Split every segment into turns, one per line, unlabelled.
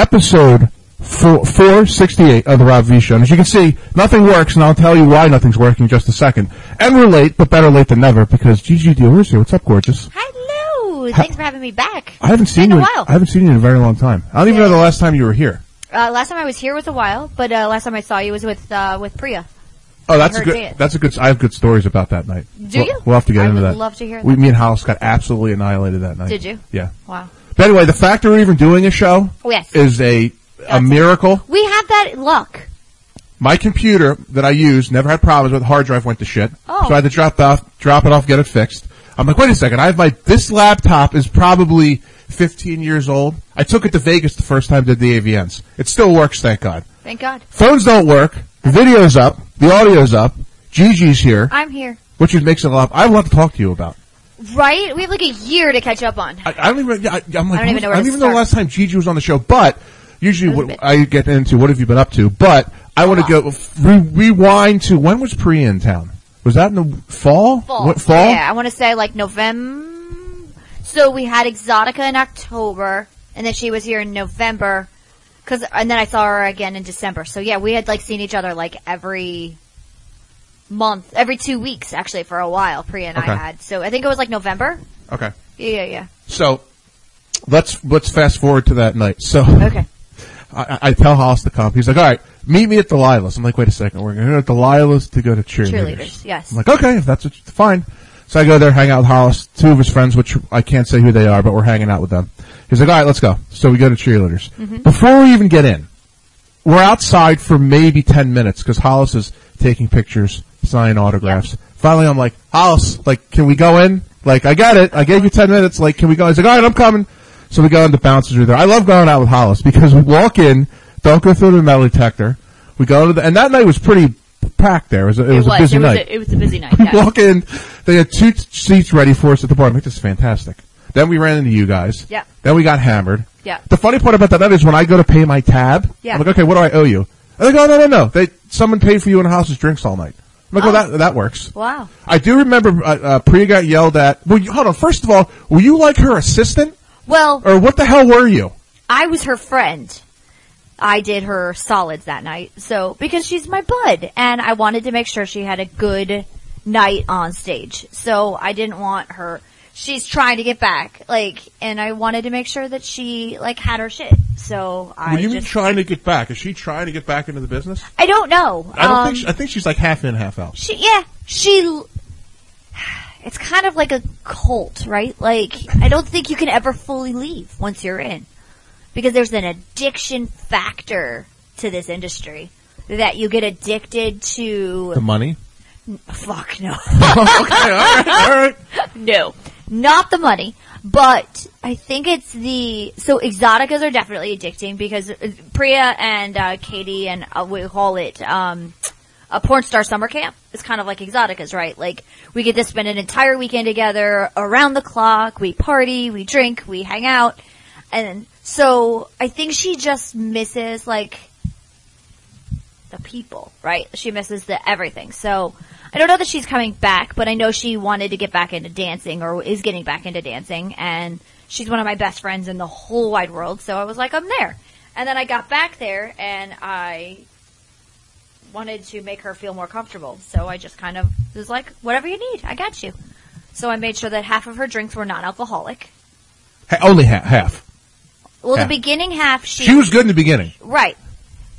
episode four, 468 of the Rob V Show. And as you can see, nothing works, and I'll tell you why nothing's working in just a second. And we're late, but better late than never, because Gigi Dior's here. What's up, gorgeous?
Hello. Thanks for having me back.
I haven't seen
Been
you. in-
a while.
I haven't seen you in a very long time. I don't even know the last time you were here.
Uh, last time I was here was a while, but uh, last time I saw you was with uh, with Priya.
Oh, that's a
heard
good.
it.
That's a good. I have good stories about that night.
Do
We'll-
you?
We'll have to get
I
into
would
that.
love to hear
We, me and House got absolutely annihilated that night.
Did you?
Yeah.
Wow. Oh,
But anyway, the fact that we're even doing a show
Yes.
is a a
it.
miracle.
We had that luck.
My computer that I use never had problems with. Hard drive went to shit,
Oh.
so I had to drop off, drop it off, get it fixed. I'm like, wait a second. I have my this laptop is probably 15 years old. I took it to Vegas the first time, did the AVNs. It still works, thank God.
Thank God.
Phones don't work. The video's up. The audio's up. Gigi's here,
I'm here.
which is- makes it a lot. I have a lot to talk to you about.
Right? We have like a year to catch up on.
I, I don't even. I, I'm like,
I don't even know where to
know the
start.
last time Gigi was on the show, but usually
That was a
what
bit.
I get into what have you been up to. But I want to
lot.
go f- re- rewind to when was Pre in town? Was that in the fall?
Fall.
What, fall?
Yeah, I want to say like November. So we had Exotica in October, and then she was here in November. Cause, and then I saw her again in December. So yeah, we had like seen each other like every month, every two weeks actually for a while, Priya and
Okay.
I had. So I think it was like November.
Okay.
Yeah, yeah, yeah.
So let's let's fast forward to that night. So
Okay.
I, I- I tell Haas to come. He's like, all right, meet me at Delilah's. I'm like, wait a second, we're going to Delilah's to go to cheerleaders.
Cheerleaders, yes.
I'm like, okay, if that's what you, fine. So I go there, hang out with Hollis, two of his friends, which I can't say who they are, but we're hanging out with them. He's like, all right, let's go. So we go to cheerleaders. Before we even get in, we're outside for maybe 10 minutes because Hollis is taking pictures, signing autographs. Finally, I'm like, Hollis, like, can we go in? Like, I got it. I gave you 10 minutes. Like, can we go? He's like, all right, I'm coming. So we go in. The bouncers are there. I love going out with Hollis because we walk in, don't go through the metal detector. We go to the, and that night was pretty packed there. It was a, it was a busy
it was
night.
A, it was a busy night.
We
yes.
walk in. They had two t- seats ready for us at the bar. I'm like, this is fantastic. Then we ran into you guys.
Yeah.
Then we got hammered.
Yeah.
The funny part about that night is when I go to pay my tab,
Yeah.
I'm like, okay, what do I owe you? And they go, "Oh, no, no, no. They someone paid for you in house's drinks all night. I'm like, well,
Oh.
that that works.
Wow.
I do remember uh, uh, Priya got yelled at. Well, you, hold on. First of all, were you like her assistant,
Well,
or what the hell were you?
I was her friend. I did her solids that night. So, because she's my bud and I wanted to make sure she had a good night on stage. So I didn't want her, she's trying to get back, like, and I wanted to make sure that she, like, had her shit. So I
Were you
just,
trying to get back? Is she trying to get back into the business?
I don't know.
I don't
Um,
think. She, I think she's like half in, half out.
She, yeah, she. l- It's kind of like a cult, right? Like, I don't think you can ever fully leave once you're in. Because there's an addiction factor to this industry. That you get addicted
The
to.
money.
Fuck no.
okay. All right. All right.
No. Not the money, but I think it's the, so exoticas are definitely addicting because uh, Priya and uh, Katie and uh, we call it, um, a porn star summer camp. It's kind of like exoticas, right? Like we get to spend an entire weekend together around the clock. We party, we drink, we hang out. And so I think she just misses like the people, right? She misses the everything. So I don't know that she's coming back, but I know she wanted to get back into dancing or is getting back into dancing and she's one of my best friends in the whole wide world. So I was like, I'm there. And then I got back there and I wanted to make her feel more comfortable. So I just kind of was like, whatever you need, I got you. So I made sure that half of her drinks were non-alcoholic.
Ha- only half. Half.
Well,
Yeah.
the beginning half, she,
She was good in the beginning.
Right.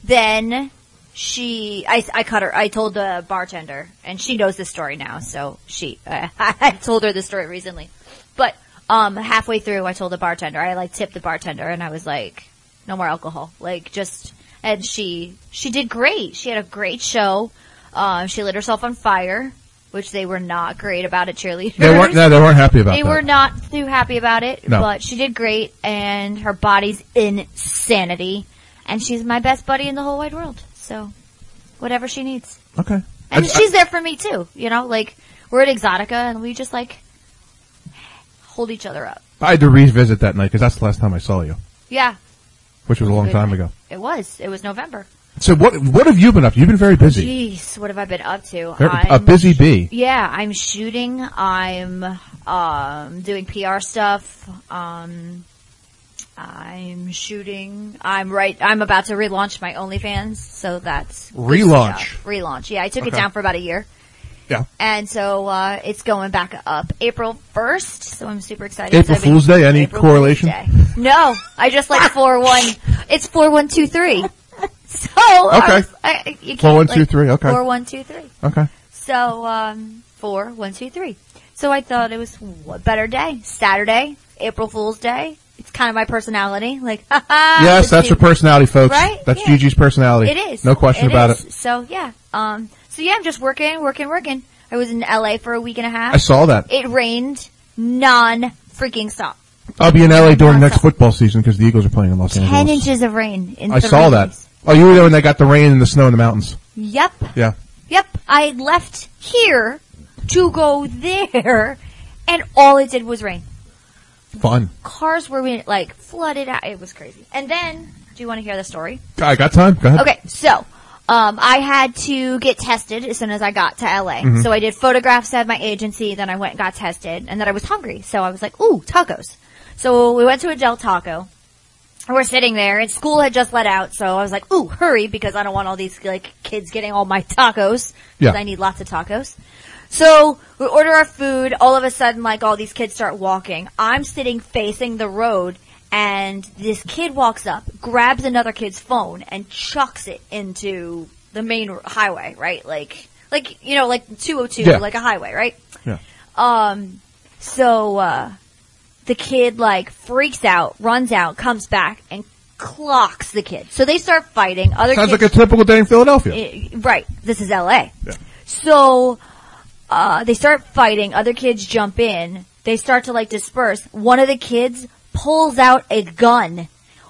Then she, I, I cut her, I told the bartender, and she knows this story now, so she, I told her this story recently. But, um, halfway through, I told the bartender, I like tipped the bartender, and I was like, no more alcohol. Like, just, and she, she did great. She had a great show. Um, she lit herself on fire, which they were not great about at cheerleaders.
They weren't. No, they weren't happy about
They
that.
were not too happy about it,
No.
but she did great, and her body's insanity, and she's my best buddy in the whole wide world. So, whatever she needs,
okay.
and
I-
she's there for me too. You know, like we're at Exotica, and we just like hold each other up.
I, I had to revisit that night because that's the last time I saw you,
Yeah,
which was a long
Good
time
night.
ago.
it was. It was November.
So what? What have you been up? to? You've been very busy.
Jeez, what have I been up to?
Very- a
I'm-
busy bee.
Yeah, I'm shooting. I'm um, doing PR stuff. Um, I'm shooting. I'm right. I'm about to relaunch my OnlyFans, so that's
Relaunch.
Relaunch. Yeah, I took it
Okay.
down for about a year,
Yeah.
and so uh, it's going back up April first. So I'm super excited.
April
I've been-
Fool's Day? Any
Fool's
correlation?
Day. No, I just like four one. It's four one two three. So I
Okay.
was- I, I- you can't,
4-1-2-3, okay.
Four one two three.
Okay.
So, um, four, one, two, three. So I thought it was what better day? Saturday, April Fool's Day. It's kind of my personality. Like, haha.
yes,
this
that's her
people-
personality, folks.
Right?
That's
Yeah.
Gigi's personality.
It is.
No question about it.
is. So yeah. Um, so yeah, I'm just working, working, working. I was in LA for a week and a half.
I saw that.
it rained non freaking stop.
I'll be in LA during next
Awesome.
football season because the Eagles are playing in Los
Ten
Angeles.
inches of rain in
Mm-hmm. I
three
saw that.
days.
Oh, you were there when they got the rain and the snow in the mountains.
Yep.
Yeah.
Yep, I left here to go there, and all it did was rain.
Fun.
Cars were being, like flooded out. It was crazy. And then, do you want to hear the story?
I got time. Go ahead.
Okay, so um, I had to get tested as soon as I got to LA.
Mm-hmm.
So I did photographs at my agency, then I went and got tested, and then I was hungry, so I was like, "Ooh, tacos!" So we went to a Del Taco. And We're sitting there, and school had just let out, so I was like, "Ooh, hurry!" Because I don't want all these like kids getting all my tacos.
Yeah.
Because I need lots of tacos. So we order our food. All of a sudden, like all these kids start walking. I'm sitting facing the road, and this kid walks up, grabs another kid's phone, and chucks it into the main r- highway. Right, like like you know, like 202,
Yeah.
like a highway, right?
Yeah.
Um. So uh, the kid like freaks out, runs out, comes back, and clocks the kid. So they start fighting. Other
Sounds
kids,
like a typical day in Philadelphia.
Eh, right. This is L.A.
Yeah.
So uh, they start fighting. Other kids jump in. They start to like disperse. One of the kids pulls out a gun,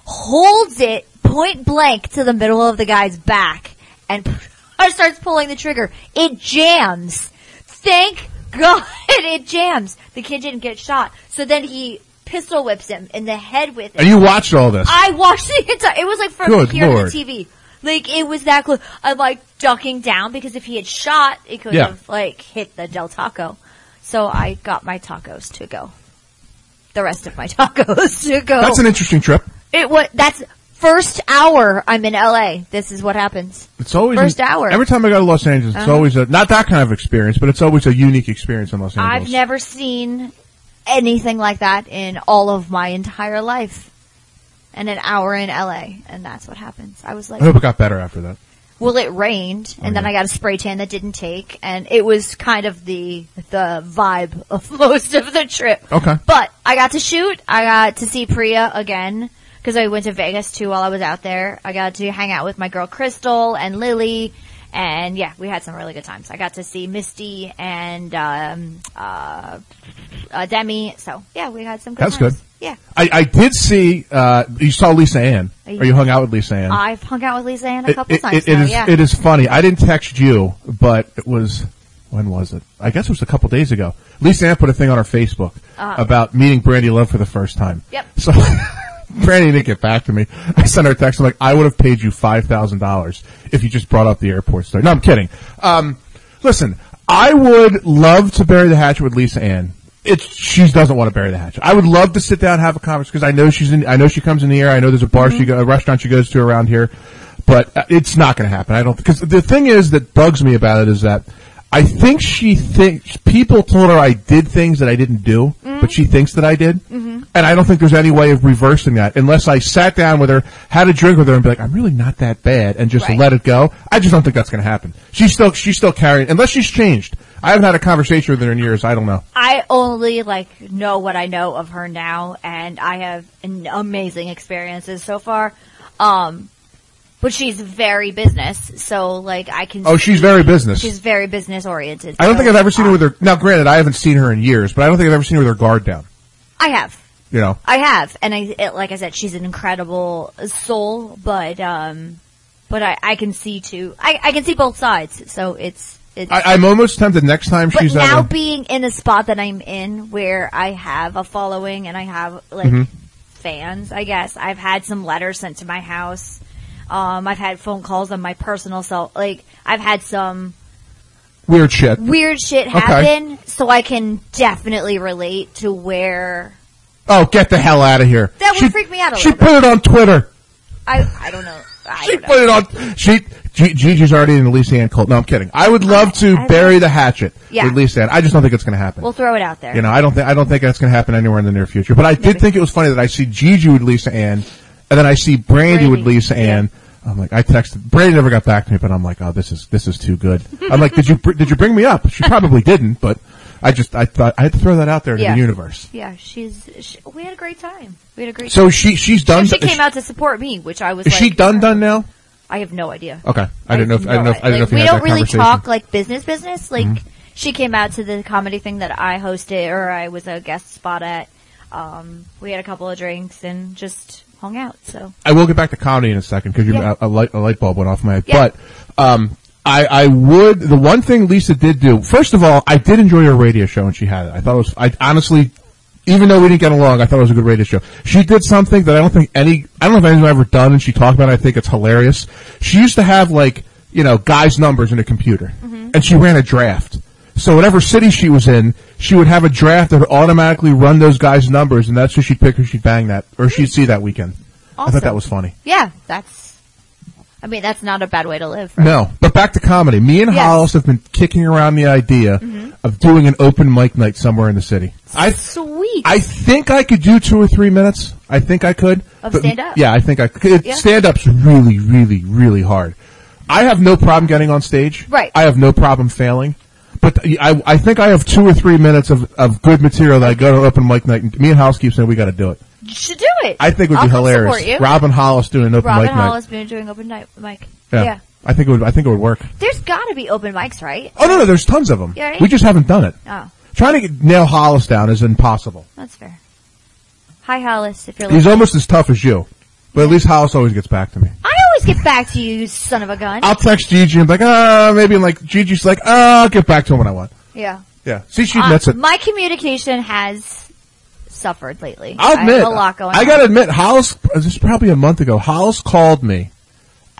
holds it point blank to the middle of the guy's back, and starts pulling the trigger. It jams. Thank God it jams. The kid didn't get shot. So then he pistol whips him in the head with it.
and you watched all this.
I watched the entire. It was like from
Good
here
Lord.
to the TV. Like it was that close. I'm like ducking down because if he had shot, it could
Yeah.
have like hit the Del Taco. So I got my tacos to go. The rest of my tacos to go.
That's an interesting trip.
it was that's first hour I'm in LA. This is what happens.
It's always
First hour.
Every time I go to Los Angeles, it's
Uh-huh.
always a not that kind of experience, but it's always a unique experience in Los Angeles.
I've never seen anything like that in all of my entire life. And an hour in LA, and that's what happens. I was like,
I hope it got better after that.
Well, it rained,
Oh,
and then I got a spray tan that didn't take, and it was kind of the the vibe of most of the trip.
Okay.
But I got to shoot. I got to see Priya again because I went to Vegas too while I was out there. I got to hang out with my girl Crystal and Lily, and yeah, we had some really good times. I got to see Misty and um, uh, uh, Demi. So yeah, we had some. good
That's
times.
good.
Yeah,
I, I did see. Uh, you saw Lisa Ann, or you hung out with Lisa Ann.
I've hung out with Lisa Ann a
It-
Uh, couple
it-
times
it
now.
is-
yeah.
it is funny. I didn't text you, but it was when was it? I guess it was a couple days ago. Lisa Ann put a thing on her Facebook about meeting Brandy Love for the first time.
Uh-huh. Yep.
So Brandy didn't get back to me. I sent her a text. I'm like, I would have paid you five thousand dollars if you just brought up the airport story. No, I'm kidding. Um, listen, I would love to bury the hatchet with Lisa Ann. It's she doesn't want to bury the hatchet. I would love to sit down and have a conversation because I know she's in. I know she comes in the air. I know there's a bar she go, a restaurant she goes to around here, but uh, it's not going to happen. I don't because the thing is that bugs me about it is that. I think she thinks people told her I did things that I didn't do, but she thinks that I did, and I don't think there's any way of reversing that unless I sat down with her, had a drink with her, and be like, "I'm really not that bad," and just
Right.
let it go. I just don't think that's going to happen. She's still she's still carrying unless she's changed. I haven't had a conversation with her in years. I don't know.
I only like know what I know of her now, and I have an amazing experiences so far. Um, but she's very business, so like I can.
Oh, she's very business.
She's very business oriented.
I don't think I've ever seen her with her. Now, granted, I haven't seen her in years, but I don't think I've ever seen her with her guard down.
I have,
You know,
I have, and I it, like I said, she's an incredible soul, but um, but I I can see too. I I can see both sides, so it's it's.
I, I'm almost tempted next time
but
she's out
now
there-
being in the spot that I'm in where I have a following and I have like
Mm-hmm.
fans, I guess. I've had some letters sent to my house. Um, I've had phone calls on my personal cell. Like I've had some
weird shit.
weird shit happen, so I can definitely relate to where
Oh, get the hell out of here.
That would
She-
freak me out a
She
little
put it on Twitter.
I, I don't know. I
She
don't know.
put it on. She G- Gigi's already in the Lisa Ann cult. No, I'm kidding. I would love to
I- I-
bury the hatchet
Yeah.
with Lisa Ann. I just don't think it's going to happen.
We'll throw it out there.
you know, I don't think I don't think that's going to happen anywhere in the near future. But I did
Maybe.
think it was funny that I see Gigi with Lisa Ann, and then I see Brandy, with
Brandy,
Lisa Ann. I'm like, I texted Brandy never got back to me, but I'm like, oh, this is this is too good. I'm like, did you br- did you bring me up? She probably didn't, but I just I thought I had to throw that out there to
Yeah.
the universe.
Yeah, she's. She, we had a great time. We had a great.
So she she's done.
time. she
is
came out to support me, which I was.
is
like,
she done done now?
I have no idea.
Okay, I didn't know. If, I didn't know. If, I didn't know
Like,
if you
we
had
don't
that
really
conversation. Mm-hmm.
talk like business, business. Like she came out to the comedy thing that I hosted, or I was a guest spot at. Um, we had a couple of drinks and just hung out. So
I will get back to comedy in a second because
Yeah.
a, a, light, a light bulb went off in my head.
Yeah.
But um, I, I would the one thing Lisa did do. First of all, I did enjoy her radio show and she had it. I thought it was. I honestly, even though we didn't get along, I thought it was a good radio show. She did something that I don't think any. I don't know if anyone's ever done, and she talked about. it. I think it's hilarious. She used to have like you know guys' numbers in a computer,
Mm-hmm.
and she ran a draft. So whatever city she was in, she would have a draft that would automatically run those guys' numbers, and that's who she'd pick, who she'd bang that, or she'd see that weekend. I thought
Awesome.
that was funny.
yeah, that's. I mean, that's not a bad way to live.
No, but back to comedy. Me and
Yes. Mm-hmm.
Hollis have been kicking around the idea of doing an open mic night somewhere in the city. I
Sweet.
I think I could do two or three minutes. I think I could.
Of
But-
stand-up?
Yeah, I think I could.
Yeah.
Stand up's really, really, really hard. I have no problem getting on stage.
Right.
I have no problem failing. But I, I think I have two or three minutes of, of good material that I go to open mic night. and Me and Hollis keep saying we got to do it.
you should do it.
I think it would
I'll
be
come
hilarious.
Support you.
Robin Hollis doing an open
Robin
mic
Hall
night.
has been doing open night mic.
Yeah. I think it would. I think it would work.
There's gotta be open mics, right?
Oh no, no, there's tons of them.
Yeah, right?
We just haven't done it.
Oh,
Trying to get- nail Hollis down is impossible.
that's fair. Hi, Hollis, if you're
He's
listening.
almost as tough as you, but at least Hollis always gets back to me.
I always get back to you, you son of a gun.
I'll text Gigi and be like, ah, maybe and like Gigi's like, ah, I'll get back to him when I want.
yeah.
Yeah, see, she
Uh,
admits it.
My communication has suffered lately.
I'll
I
admit,
have a lot going
I
on.
gotta admit, Hollis. This is probably a month ago. Hollis called me.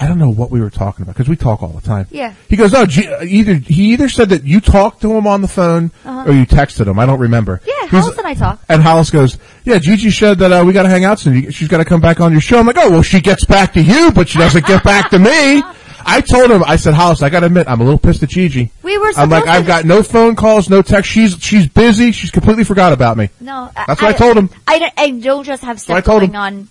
I don't know what we were talking about because we talk all the time.
Yeah.
He goes, no, G- uh, either he either said that you talked to him on the phone or you texted him. I don't remember.
Uh-huh. Yeah,
He's-
Hollis and I talk.
And Hollis goes, yeah, Gigi said that uh, we got to hang out soon. You- She's got to come back on your show. I'm like, oh, well, she gets back to you, but she doesn't get back to me. I told him, I said, Hollis, I got to admit, I'm a little pissed at Gigi.
We were
I'm like,
supposed
I've
to-
got no phone calls, no text. She's she's busy. She's completely forgot about me.
No,
That's what I told him.
I don't, I don't just have
what I
stuff
told
going
him.
on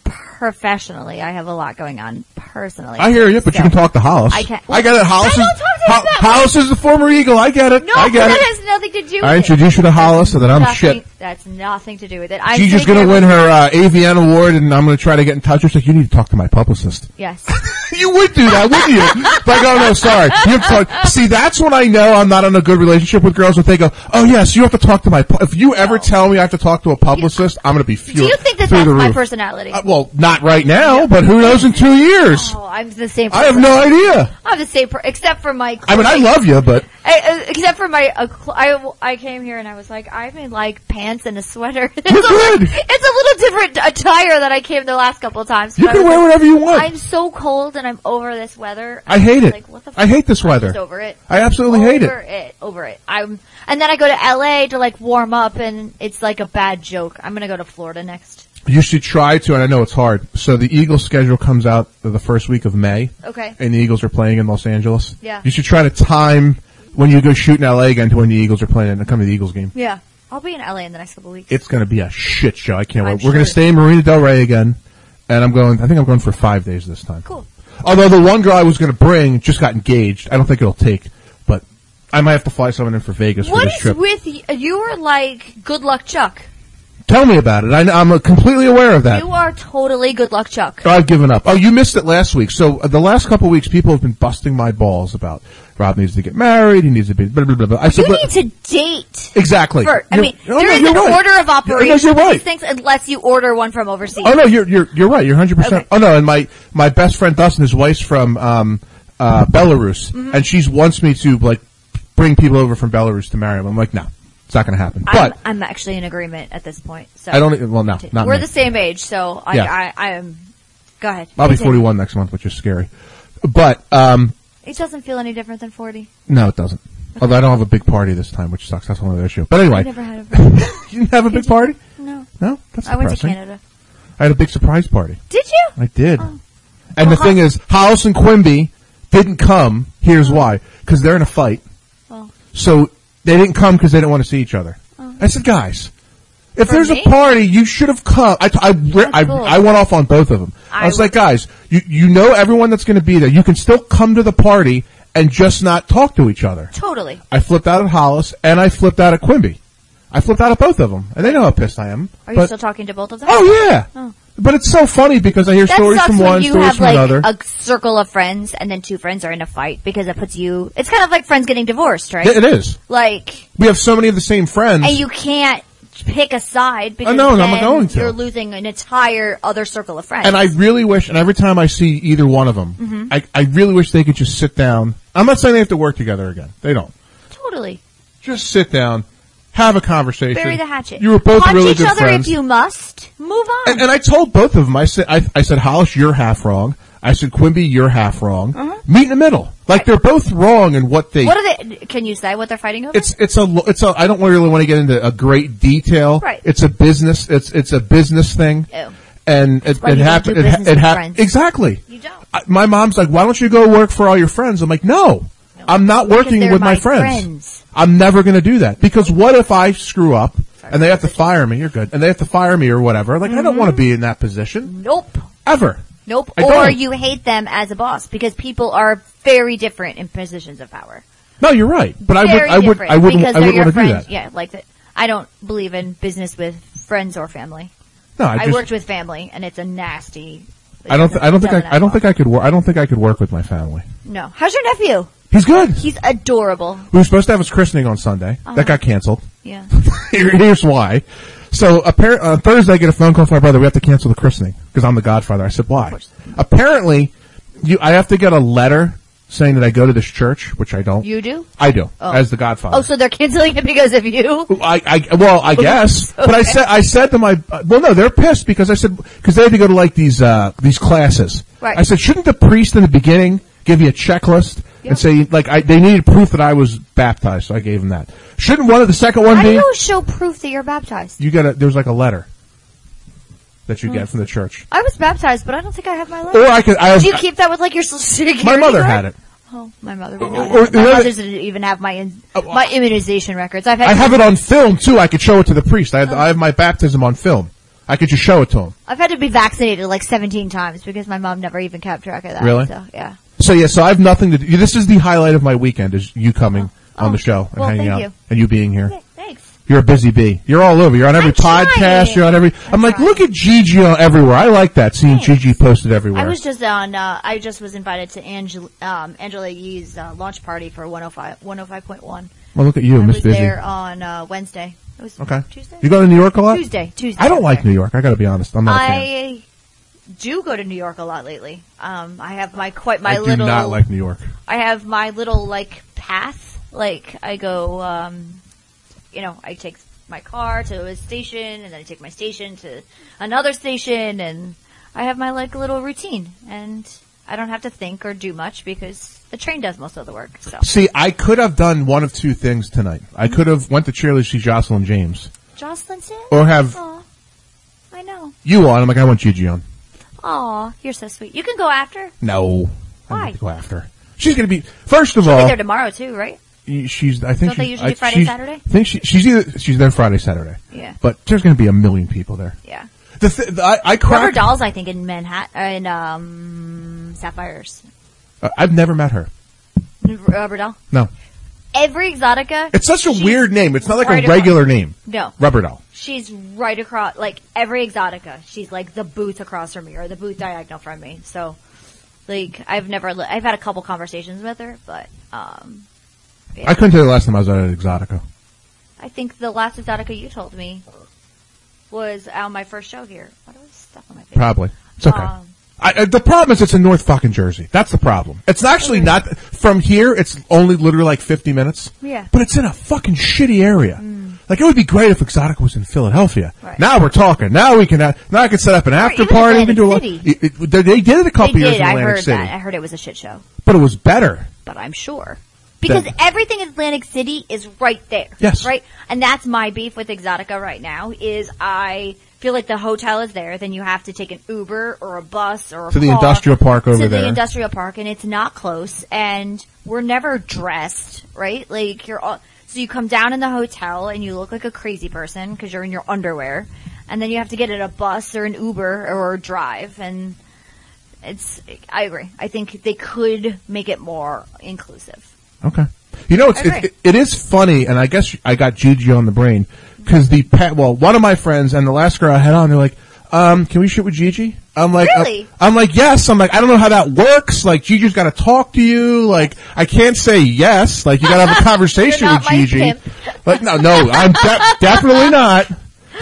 professionally. I have a lot going on personally.
I hear you, but you
So-
can talk to Hollis.
I can't-
I get it. Hollis
I don't
is,
talk to him that way.
Hollis is the former Eagle. I get it.
No,
I get
that
it.
has nothing to do with
I introduced you to Hollis, so that I'm shit.
That's nothing to do with it. I'm
She's just
sitting
gonna
here-
win her uh, AVN award, and I'm gonna try to get in touch. with her. She's like, you need to talk to my publicist.
Yes.
you would do that, wouldn't you? like, oh no, sorry. You have to talk. See, that's when I know I'm not in a good relationship with girls. When they go, oh yes, you have to talk to my. Pu- if you ever
No.
tell me I have to talk to a publicist, I'm gonna be furious.
do you think that
through
that's
the
my
roof.
personality?
Uh, well, not right now, but who knows in two years?
oh, I'm the same.
I have
person.
no idea.
I'm the same, per- except for my.
I mean, I love you, but
I, uh, except for my, uh, cl- I, w- I came here and I was like, I'm in like pants and a sweater. it's, a
You're
little,
good.
it's a little different attire than I came the last couple of times.
You
but I
can
was
wear
like,
whatever you want.
I'm so cold and I'm over this weather.
I hate it.
Like, what the
I hate this weather.
Just over it.
I absolutely hate
over
it.
it. Over it. I'm, and then I go to LA to like warm up and it's like a bad joke. I'm gonna go to Florida next.
You should try to, and I know it's hard. So the Eagles schedule comes out the first week of May,
Okay.
and the Eagles are playing in Los Angeles.
Yeah.
You should try to time when you go shoot in LA again to when the Eagles are playing and come to the Eagles game.
Yeah. I'll be in LA in the next couple of weeks.
It's going to be a shit show. I can't wait.
I'm
We're going
sure.
to stay in Marina Del Rey again, and I'm going. I think I'm going for five days this time.
Cool.
Although the one girl I was going to bring just got engaged. I don't think it'll take, but I might have to fly someone in for Vegas for
What
this
is
trip.
with you? You are like good luck Chuck.
Tell me about it. I, kn- I'm uh, completely aware of that.
You are totally good luck Chuck.
I've given up. Oh, you missed it last week. So uh, the last couple of weeks, people have been busting my balls about Rob needs to get married. He needs to be blah blah blah. blah. I said,
You
but-
need to date.
exactly.
First. I
You're-
mean,
oh,
there
no,
is
you're
an
right.
order of operations.
No, you're
for
right.
these things, unless you order one from overseas.
Oh no, you're you're you're right. You're hundred
Okay.
percent. Oh no, and my my best friend Dustin, his wife's from um uh Belarus,
Mm-hmm.
and she's wants me to like bring people over from Belarus to marry him. I'm like, no, it's not going to happen.
I'm,
but
I'm actually in agreement at this point. So
I don't. e, Well, no, not
We're
me.
the same age, so I,
Yeah.
I, I am. Go ahead.
I'll be
Continue.
41 next month, which is scary. But um,
It doesn't feel any different than forty.
no, it doesn't. Although I don't have a big party this time, which sucks. That's another issue. But
I
anyway,
never had a.
you didn't have a big party.
No.
No, that's
I went to
depressing.
Canada.
I had a big surprise party.
Did you?
I did.
Oh.
And the
Well,
thing
how-
is, Hollis and Quimby didn't come. Here's why. Because they're in a fight.
Well,
So they didn't come because they didn't want to see each other. I said, guys, if
Oh. For
there's
me?
a party, you should have come. I, I, re- I,
cool.
I went off on both of them. I,
I
was
would-
like, guys, you, you know everyone that's going to be there. You can still come to the party and just not talk to each other.
totally.
I flipped out at Hollis and I flipped out at Quimby. I flipped out at both of them. And they know how pissed I am.
Are you
but,
still talking to both of them?
oh yeah.
Oh.
But it's so funny because I hear
that
stories
sucks
from
when
one,
you
stories
have
from
like
another.
a circle of friends and then two friends are in a fight because it puts you. It's kind of like friends getting divorced, right?
it is.
like,
We have so many of the same friends.
and you can't pick a side because
know, and I'm
then
going to.
you're losing an entire other circle of friends.
And I really wish, and every time I see either one of them,
Mm-hmm.
I, I really wish they could just sit down. I'm not saying they have to work together again. They don't.
totally
Just sit down, have a conversation.
bury the hatchet.
You were both
punch
really
each
good
other
friends.
if you must. Move on.
and, and I told both of them, I said, I, I said, Hollis, you're half wrong. I said, Quimby, you're half wrong. Meet in the middle. Like they're both wrong in what they.
Uh-huh. what are they? Can you say what they're fighting over?
it's it's a lo- it's a I don't really want to get into a great detail.
Right.
It's a business. It's it's a business thing.
Ew.
And it,
why
it
you don't
happened.
do
It, ha-
business
it
with
happened.
friends.
Exactly.
you don't.
I, my mom's like, why don't you go work for all your friends? I'm like, no, I'm not
Because
working
they're
with my,
my
friends.
friends.
I'm never going to do that because what if I screw up and they have to fire me? You're good. And they have to fire me or whatever. Like, I
Mm-hmm.
don't want to be in that position
Nope.
ever.
Nope.
I
Or
don't.
you hate them as a boss because people are very different in positions of power.
No, you're right. But I would,
Very
I would,
different
I would,
because
I
they're
would
your
want to do
friends.
that.
Yeah, like that. I don't believe in business with friends or family.
No, I
I,
just,
worked with family, and it's a nasty.
I don't, th- I don't think
Doesn't
I, I don't
involve-
think I could work, I don't think I could work with my family.
No. How's your nephew?
He's good.
He's adorable.
We were supposed to have his christening on Sunday.
Uh-huh.
That got canceled.
Yeah.
Here- Here's why. So appar- on Thursday, I get a phone call from my brother. We have to cancel the christening because I'm the godfather. I said, why?
course.
Apparently, you, I have to get a letter saying that I go to this church, which I don't.
You do?
I do
Oh.
as the godfather.
Oh, so they're canceling it because of you?
I, I well, I guess, but I said I said to my uh, well, no, they're pissed because I said because they had to go to like these uh these classes.
Right.
I said, shouldn't the priest in the beginning give you a checklist
Yeah.
and say like I, they needed proof that I was baptized, so I gave them that. Shouldn't one of the second one
How
be?
do you show proof that you're baptized?
you get a there's like a letter that
Hmm.
you get from the church.
I was baptized, but I don't think I have my
Or
letter.
I could I was,
Do you keep that with like your social security?
my mother
card?
had it.
Oh, my mother. Would
or-
not. My
or-
mother doesn't even have my in, my immunization records. I've had
I have it on film too. I could show it to the priest. I have,
Oh.
I have my baptism on film. I could just show it to him.
I've had to be vaccinated like 17 times because my mom never even kept track of that.
Really?
So, yeah.
So yeah, so I have nothing to do. This is the highlight of my weekend is you coming on
Oh.
the show and
Well,
hanging
thank
out
you.
and you being here.
Thanks.
You're a busy bee. You're all over. You're on every
I'm
podcast.
trying.
You're on every. I'm,
I'm
like,
trying.
look at Gigi on everywhere. I like that seeing
Thanks.
Gigi posted everywhere.
I was just on, uh, I just was invited to Angel- um, Angela Yee's uh, launch party for 105, 105.1.
well, look at you,
I
Miss
was
Busy.
there on uh, Wednesday. It was
Okay.
Tuesday?
You go to New York a lot.
Tuesday. Tuesday.
I don't like
New
New York. I got to be honest. I'm not. a fan.
I do go to New York a lot lately. Um, I have my quite my
I do
little.
not like New York.
I have my little like path. Like I go, um, you know, I take my car to a station, and then I take my station to another station, and I have my like little routine, and I don't have to think or do much because the train does most of the work. So
See, I could have done one of two things tonight. I could have went to cheerlead see Jocelyn James
Jocelyn Sims.
or have
Aw, I know.
you on. I'm like, I want Gigi on.
Aw, you're so sweet. You can go after.
No.
Why?
I need to go after. her. She's going to be first of
I'll be
all.
there tomorrow too, right?
she's I think
Don't they
she's- I,
usually do Friday,
she's-
Saturday?
I think she, she's either she's there Friday Saturday.
Yeah.
But there's going to be a million people there.
Yeah.
The, th- the I, I
Rubber
cracked.
dolls, I think, in Manhattan, in um, Sapphires.
uh, I've never met her.
Rubber doll.
No.
Every exotica.
It's such a
she's
weird name. It's not like
right
a regular name.
Across, no,
Rubber doll.
she's right across. Like every exotica, she's like the booth across from me or the booth diagonal from me. So, like, I've never. Li- I've had a couple conversations with her, but um,
I couldn't tell you the last time I was at an Exotica.
I think the last exotica you told me was on my first show here. What was stuff on my face?
Probably. It's okay.
Um,
I, I, the problem is it's in North fucking Jersey. That's the problem. It's actually not from here. It's only literally like 50 minutes.
Yeah. Mm.
But it's in a fucking shitty area. Like it would be great if Exotic was in Philadelphia.
Right.
Now we're talking. Now we can. uh, Now I can set up an after
even
party. We can
Atlantic
do a lot-
City.
It- it- they- they did it a
they
couple years
did.
in
I
Atlantic
heard
City,
that. I heard it was a shit show.
but it was better.
but I'm sure. Because
That-
everything Atlantic City is right there.
Yes.
Right? And that's my beef with Exotica right now is I feel like the hotel is there, then you have to take an Uber or a bus or a
To the
car
industrial park over
to
there.
the industrial park, and it's not close, and we're never dressed, right? Like you're all, so you come down in the hotel and you look like a crazy person because you're in your underwear, and then you have to get in a bus or an Uber or a drive, and it's. I agree. I think they could make it more inclusive.
Okay. You know, it's,
I
it,
agree.
it, it is funny, and I guess I got Juju on the brain because the pet. Well, one of my friends and the last girl I had on, they're like, um, "Can we shoot with Gigi?" I'm like, uh,
Really?
I'm like, yes. I'm like, I don't know how that works. Like, Gigi's got to talk to you. Like, I can't say yes. Like, you got to have a conversation
You're
with
not my
Gigi.
pimp.
But no, no, I'm de- definitely not.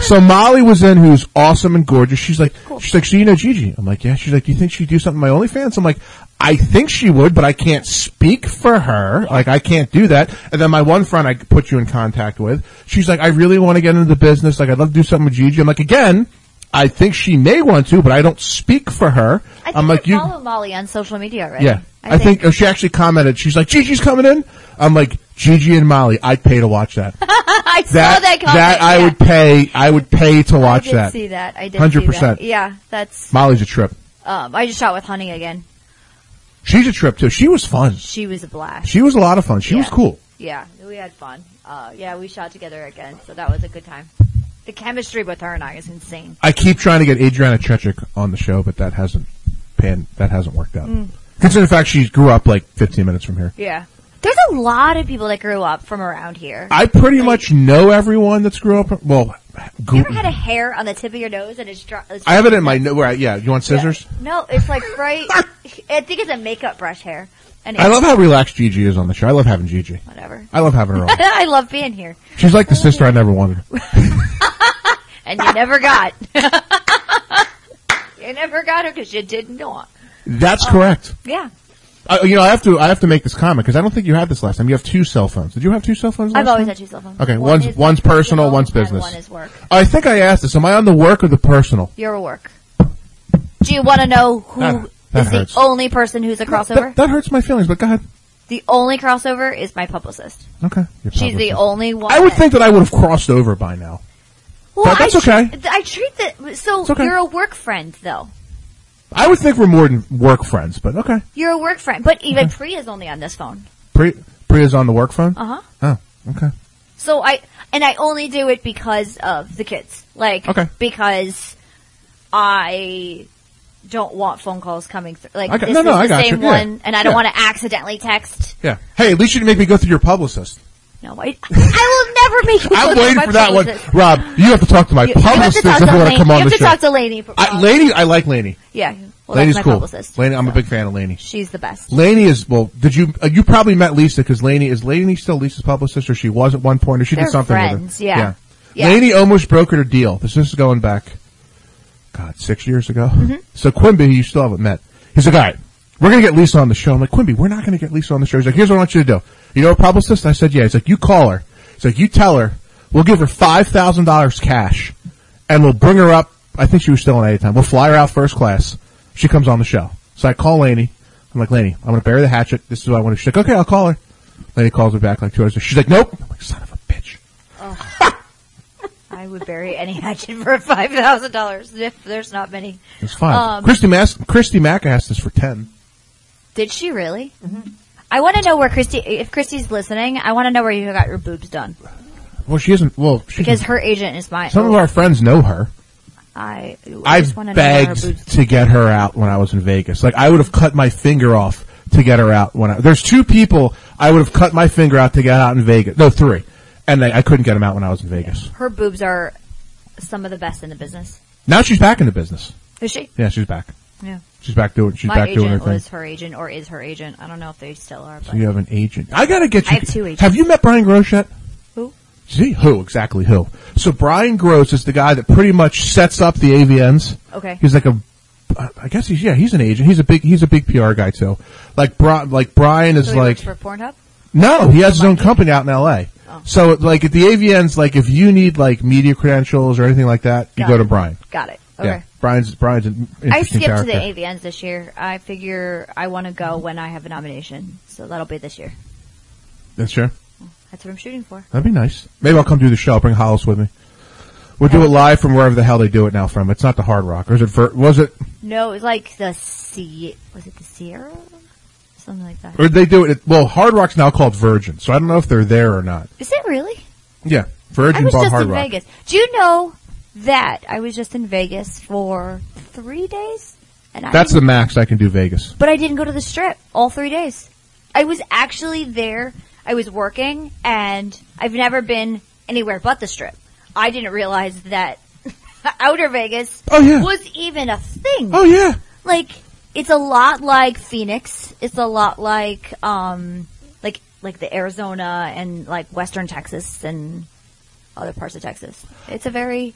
So Molly was in, who's awesome and gorgeous. She's like, she's like, so you know Gigi? I'm like, yeah. She's like, do you think she'd do something to my OnlyFans? I'm like, I think she would, but I can't speak for her. Like, I can't do that. And then my one friend I put you in contact with, she's like, I really want to get into the business. Like, I'd love to do something with Gigi. I'm like, again, I think she may want to, but I don't speak for her.
I think
I'm like,
we
you,
follow Molly on social media, right?
yeah. I think, oh, she actually commented, she's like, Gigi's coming in. I'm like, Gigi and Molly, I'd pay to watch that.
I saw
that
Oh, that. comment,
I
yeah.
would pay. I would pay to
I
watch
did
that.
See that? I did.
100%.
See that. Yeah, that's.
Molly's a trip.
Um, I just shot with Honey again.
She's a trip too. She was fun.
She was a blast.
She was a lot of fun. She was
Yeah.
cool.
yeah, we had fun. Uh, yeah, we shot together again, so that was a good time. The chemistry with her and I is insane.
I keep trying to get Adriana Chechik on the show, but that hasn't pan. That hasn't worked out.
Mm.
Considering the fact she grew up like 15 minutes from here.
Yeah, there's a lot of people that grew up from around here.
I pretty much know everyone that's grew up. Well, gr-
you ever had a hair on the tip of your nose and it's dry? It's
I have it in my. no- Where I, yeah, you want scissors?
No, it's like right. I think it's a makeup brush hair. Anyway,
I love how relaxed Gigi is on the show. I love having Gigi.
whatever.
I love having her on.
I love being here,
She's like the sister I never wanted.
and you never got. you never got her because you did not.
That's
Oh.
correct.
Yeah.
I, you know, I have to I have to make this comment because I don't think you had this last time. You have two cell phones. Did you have two cell phones? Last
I've always
time?
had two cell phones.
Okay,
One
one's-
is
one's personal,
and
one's business.
One is work.
I think I asked this. Am I on the work or the personal?
Your work. Do you want to know who is
That- that hurts.
the only person who's a crossover?
That, that hurts my feelings, but go ahead.
the only crossover is my publicist.
Okay. You're
She's
probably-
the only one.
I would think that I would have crossed over by now.
Well,
that- that's
I tre-
okay.
I treat that. So
It's okay.
you're a work friend, though.
I would think we're more than work friends, but okay.
You're a work friend, but even Priya's only on this phone.
Pri- Priya's on the work phone?
Uh huh.
Oh, okay.
So I and I only do it because of the kids. Like
Okay.
because I don't want phone calls coming through. Like
Okay.
this
No,
is
no,
the
I got
same
you. Yeah.
one, and I don't
Yeah.
want to accidentally text.
Yeah. Hey, at least you didn't make me go through your publicist.
No, I, I will never make. You go
I'm
through
waiting
my
for that one.
publicist.
Rob, you have to talk to my
You, you have to
publicist
talk
if you
to
want
Lainey.
to come on
you have
the
to
show.
talk to Lainey. for-
I, Laney, I like Laney.
yeah, well,
Laney's
that's my
cool.
publicist.
Laney, I'm a
so.
big fan of Laney.
She's the best.
Laney is well. Did you uh, you probably met Lisa because Laney is Laney still Lisa's publicist or she was at one point or she
They're
did something
friends,
with her.
yeah. Yeah.
Laney almost brokered a deal. This is going back, God, six years ago.
Mm-hmm.
So Quimby, you still haven't met. He's like, all right, we're gonna get Lisa on the show. I'm like, Quimby, we're not gonna get Lisa on the show. He's like, here's what I want you to do. You know a publicist? I said, yeah. He's like, you call her. He's like, you tell her we'll give her five thousand dollars cash, and we'll bring her up. I think she was still in A time. We'll fly her out first class. She comes on the show. So I call Laney. I'm like, Laney, I'm gonna bury the hatchet. This is what I want to. She's like, okay, I'll call her. Laney calls me back like two hours. later. She's like, nope. I'm like, son of a bitch.
I would bury any hatchet for five thousand dollars if there's not many.
It's fine.
Um,
Christy Mas- Christy Mack asked us for ten.
Did she really?
Mm-hmm.
I want to know where Christy. If Christy's listening, I want to know where you got your boobs done
Well, she isn't. Well, she
because her agent is mine.
some of our friends know her.
I, I
I've
just want to know where her boobs
begged to get her out when I was in Vegas. Like I would have cut my finger off to get her out when I. There's two people I would have cut my finger out to get out in Vegas. No, three, and I, I couldn't get them out when I was in Vegas.
Her boobs are some of the best in the business.
Now she's back in the business.
Is she?
Yeah, she's back.
Yeah.
She's back doing. She's
My
back doing her
agent
thing.
was her agent or is her agent. I don't know if they still are. But.
So you have an agent. I gotta get you.
I have two agents.
Have you met Brian Gross yet?
Who?
See who exactly who? So Brian Gross is the guy that pretty much sets up the AVNs.
Okay.
He's like a, I guess he's yeah he's an agent. He's a big he's a big PR guy too. Like Bri- like Brian is
So he
like
works for Pornhub?
no he has his own company out in L.A.
Oh.
So like at the AVNs like if you need like media credentials or anything like that you
Got
go to
it.
Brian.
Got it. Okay.
Yeah, Brian's Brian's an interesting
I skipped
character.
to the AVNs this year. I figure I want to go when I have a nomination, so that'll be this year.
That's true.
That's what I'm shooting for.
That'd be nice. Maybe I'll come do the show. I'll bring Hollis with me. We'll do it live from wherever the hell they do it now from. It's not the Hard Rock. Or is it Ver- was it,
No, it was like the sea. Was it the Sierra? Something like that.
or they do it, at, well, Hard Rock's now called Virgin, so I don't know if they're there or not.
Is it really?
Yeah.
I
Virgin
was
bought
just
Hard
in
Rock.
Vegas. Do you know that I was just in Vegas for three days? And I
That's
didn't-
the max I can do Vegas.
but I didn't go to the strip all three days. I was actually there. I was working, and I've never been anywhere but the strip. I didn't realize that outer Vegas
Oh, yeah.
was even a thing.
Oh yeah.
like it's a lot like Phoenix. It's a lot like um like like the Arizona and like western Texas and other parts of Texas. It's a very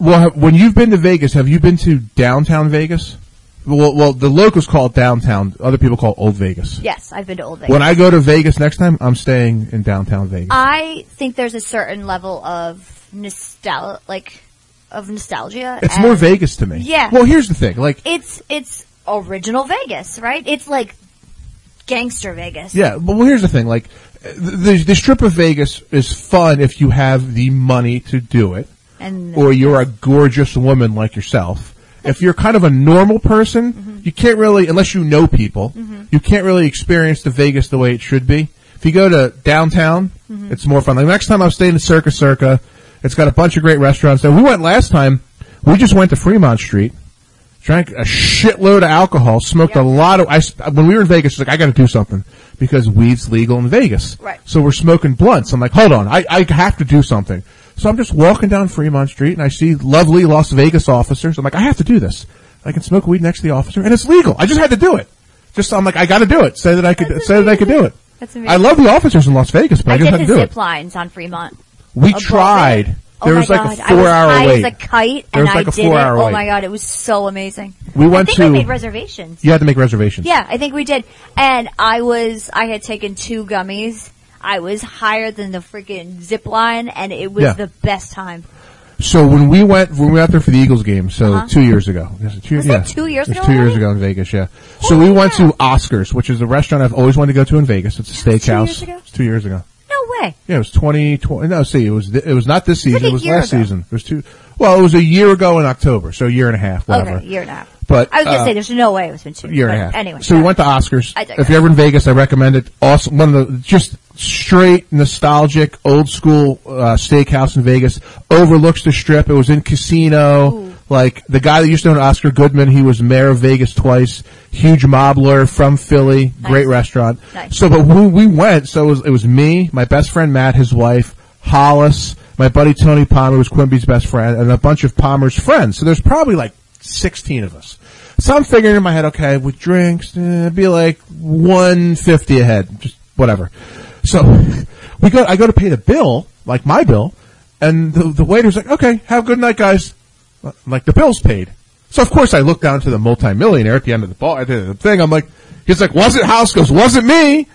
Well, ha- when you've been to Vegas, have you been to downtown Vegas? Well, well, the locals call it downtown. Other people call it Old Vegas.
yes, I've been to Old Vegas.
When I go to Vegas next time, I'm staying in downtown Vegas.
I think there's a certain level of nostalgia like of nostalgia.
it's
and
more Vegas to me.
Uh, Yeah.
Well, here's the thing. Like,
It's it's original Vegas, right? It's like gangster Vegas.
yeah. But well, here's the thing. Like, uh, the the strip of Vegas is fun if you have the money to do it,
And
or you're a gorgeous woman like yourself. If you're kind of a normal person, you can't really, unless you know people, you can't really experience the Vegas the way it should be. If you go to downtown, it's more fun. Like next time I'm staying at Circa Circa, it's got a bunch of great restaurants. And we went last time, we just went to Fremont Street, drank a shitload of alcohol, smoked a lot of, I, s- when we were in Vegas, it's like, I gotta do something. Because weed's legal in Vegas.
Right.
So we're smoking blunts. I'm like, hold on, I, I have to do something. So I'm just walking down Fremont Street and I see lovely Las Vegas officers. I'm like, I have to do this. I can smoke weed next to the officer and it's legal. I just had to do it. Just, I'm like, I gotta do it. Say that I could,
That's
say that I could do it.
That's
I
amazing.
love the officers in Las Vegas, but I,
I
just
did
had to
the
do it.
zip lines on Fremont.
We
above it.
tried.
Oh
There
my
was like
God,
a
I was
four hour
high
wait.
as a kite,
There
and
was like
I
a
did it.
four-hour
Oh
wait.
my god, it was so amazing.
We
I
went
think
to-
we made reservations.
you had to make reservations.
Yeah, I think we did. And I was, I had taken two gummies. I was higher than the freaking zip line, and it was
Yeah.
the best time.
So when we went, when we were out there for the Eagles game, so
Uh-huh.
two years ago, Is it two,
Was
yeah.
that two years
It was
ago
two years
already?
ago in Vegas, yeah. So we went to Oscars, which is a restaurant I've always wanted to go to in Vegas. It's a
That was two years
steakhouse.
ago?
It's two years ago.
No way.
Yeah, it was twenty twenty. No, see, it was th- it was not this season.
like a
It was
year
last
ago.
season. It was two. Well, it was a year ago in October, so a year and a half, whatever.
Okay, year and a half.
But
I was gonna
uh,
say there's no way it was been two.
year
but
and a half.
Anyway,
so we went to Oscars.
I digress.
If you're ever in Vegas, I recommend it. Awesome, one of the just straight nostalgic old school uh, steakhouse in Vegas. Overlooks the strip. It was in casino.
Ooh.
Like the guy that used to own Oscar Goodman, he was mayor of Vegas twice. Huge mob lawyer from Philly. Great restaurant.
Nice.
So, but we, we went. So it was, it was me, my best friend Matt, his wife Hollis, my buddy Tony Palmer, who's Quimby's best friend, and a bunch of Palmer's friends. So there's probably like 16 of us. So I'm figuring in my head, okay, with drinks, eh, it'd be like 150 ahead, just whatever. So we go. I go to pay the bill, like my bill, and the, the waiter's like, "Okay, have a good night, guys." I'm like the bill's paid. So of course I look down to the multimillionaire at the end of the ball, at the end of the thing. I'm like, he's like, "Was it House?" Goes, "Wasn't me."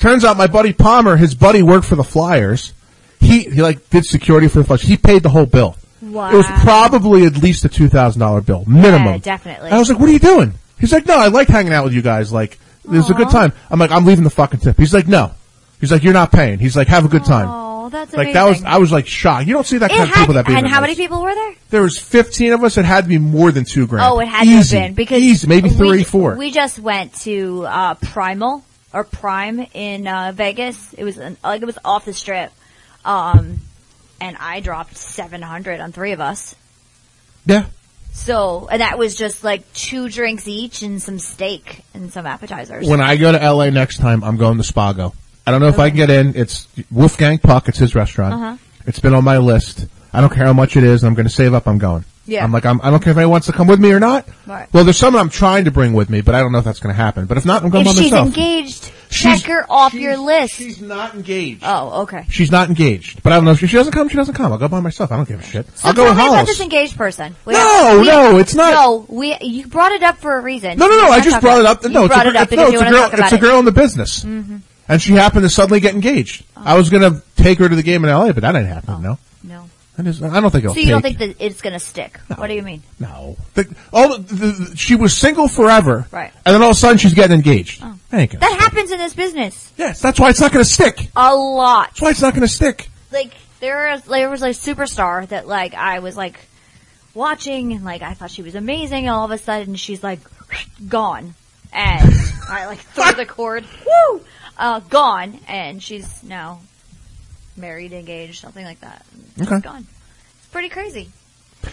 Turns out my buddy Palmer, his buddy worked for the Flyers. He he like did security for the Flyers. He paid the whole bill.
Wow.
It was probably at least a two thousand dollar bill minimum.
Yeah, definitely.
I was like, "What are you doing?" He's like, "No, I like hanging out with you guys. Like, it was a good time." I'm like, "I'm leaving the fucking tip." He's like, "No." He's like, "You're not paying." He's like, "Have a good time."
Oh, that's
like
amazing.
that was I was like shocked. You don't see that
It
kind of
had,
people that be
and
in
how
those.
many people were there?
There was 15 of us. It had to be more than two grand.
Oh, it had
Easy.
to have been because
Easy. maybe
we-
three, four.
We just went to uh, Primal or Prime in uh, Vegas. It was an, like it was off the strip, um, and I dropped seven hundred on three of us.
yeah.
So and that was just like two drinks each and some steak and some appetizers.
When I go to LA next time, I'm going to Spago. I don't know if I can get in. It's Wolfgang Puck. It's his restaurant.
Uh-huh.
It's been on my list. I don't care how much it is. I'm going to save up. I'm going.
Yeah.
I'm like, I'm, I don't care if anyone wants to come with me or not.
Right.
Well, there's someone I'm trying to bring with me, but I don't know if that's going to happen. But if not, I'm going
if
by
she's
myself.
engaged,
She's-
check her off
she's-
your list.
She's not engaged.
oh, okay.
She's not engaged. But I don't know if she, she doesn't come. She doesn't come. I'll go by myself. I don't give a shit.
So
I'll go
tell
with
me about
Hollis.
this engaged person. We
No,
have- we-
no, it's not-
No, we you brought it up for a reason.
No, no,
You
no. I
wanna
just
talk
brought it up.
You
No, it's
brought
a,
it up
gir-
because
no, it's
you
a
want to
girl.
talk
It's
about
a
it. Mm-hmm.
girl in the business, and she happened to suddenly get engaged. I was gonna take her to the game in L.A., but that didn't happen. Oh, No,
No.
I, just, I don't think it'll.
Oh. So you don't
take-
think that it's going to stick? What do you mean?
No, the, all the, the, she was single forever,
Right. Oh.
And then all of a sudden she's getting engaged. Thank you.
That happens in this business
yes, that's why it's not gonna stick. That's
a lot.
why it's not gonna stick.
Like There was, there was a superstar that like I was like watching and like I thought she was amazing. And all of a sudden she's like gone, and I like throw the cord. Woo, uh, gone, and she's now married, engaged, something like that. She's
Okay.
gone. It's pretty crazy.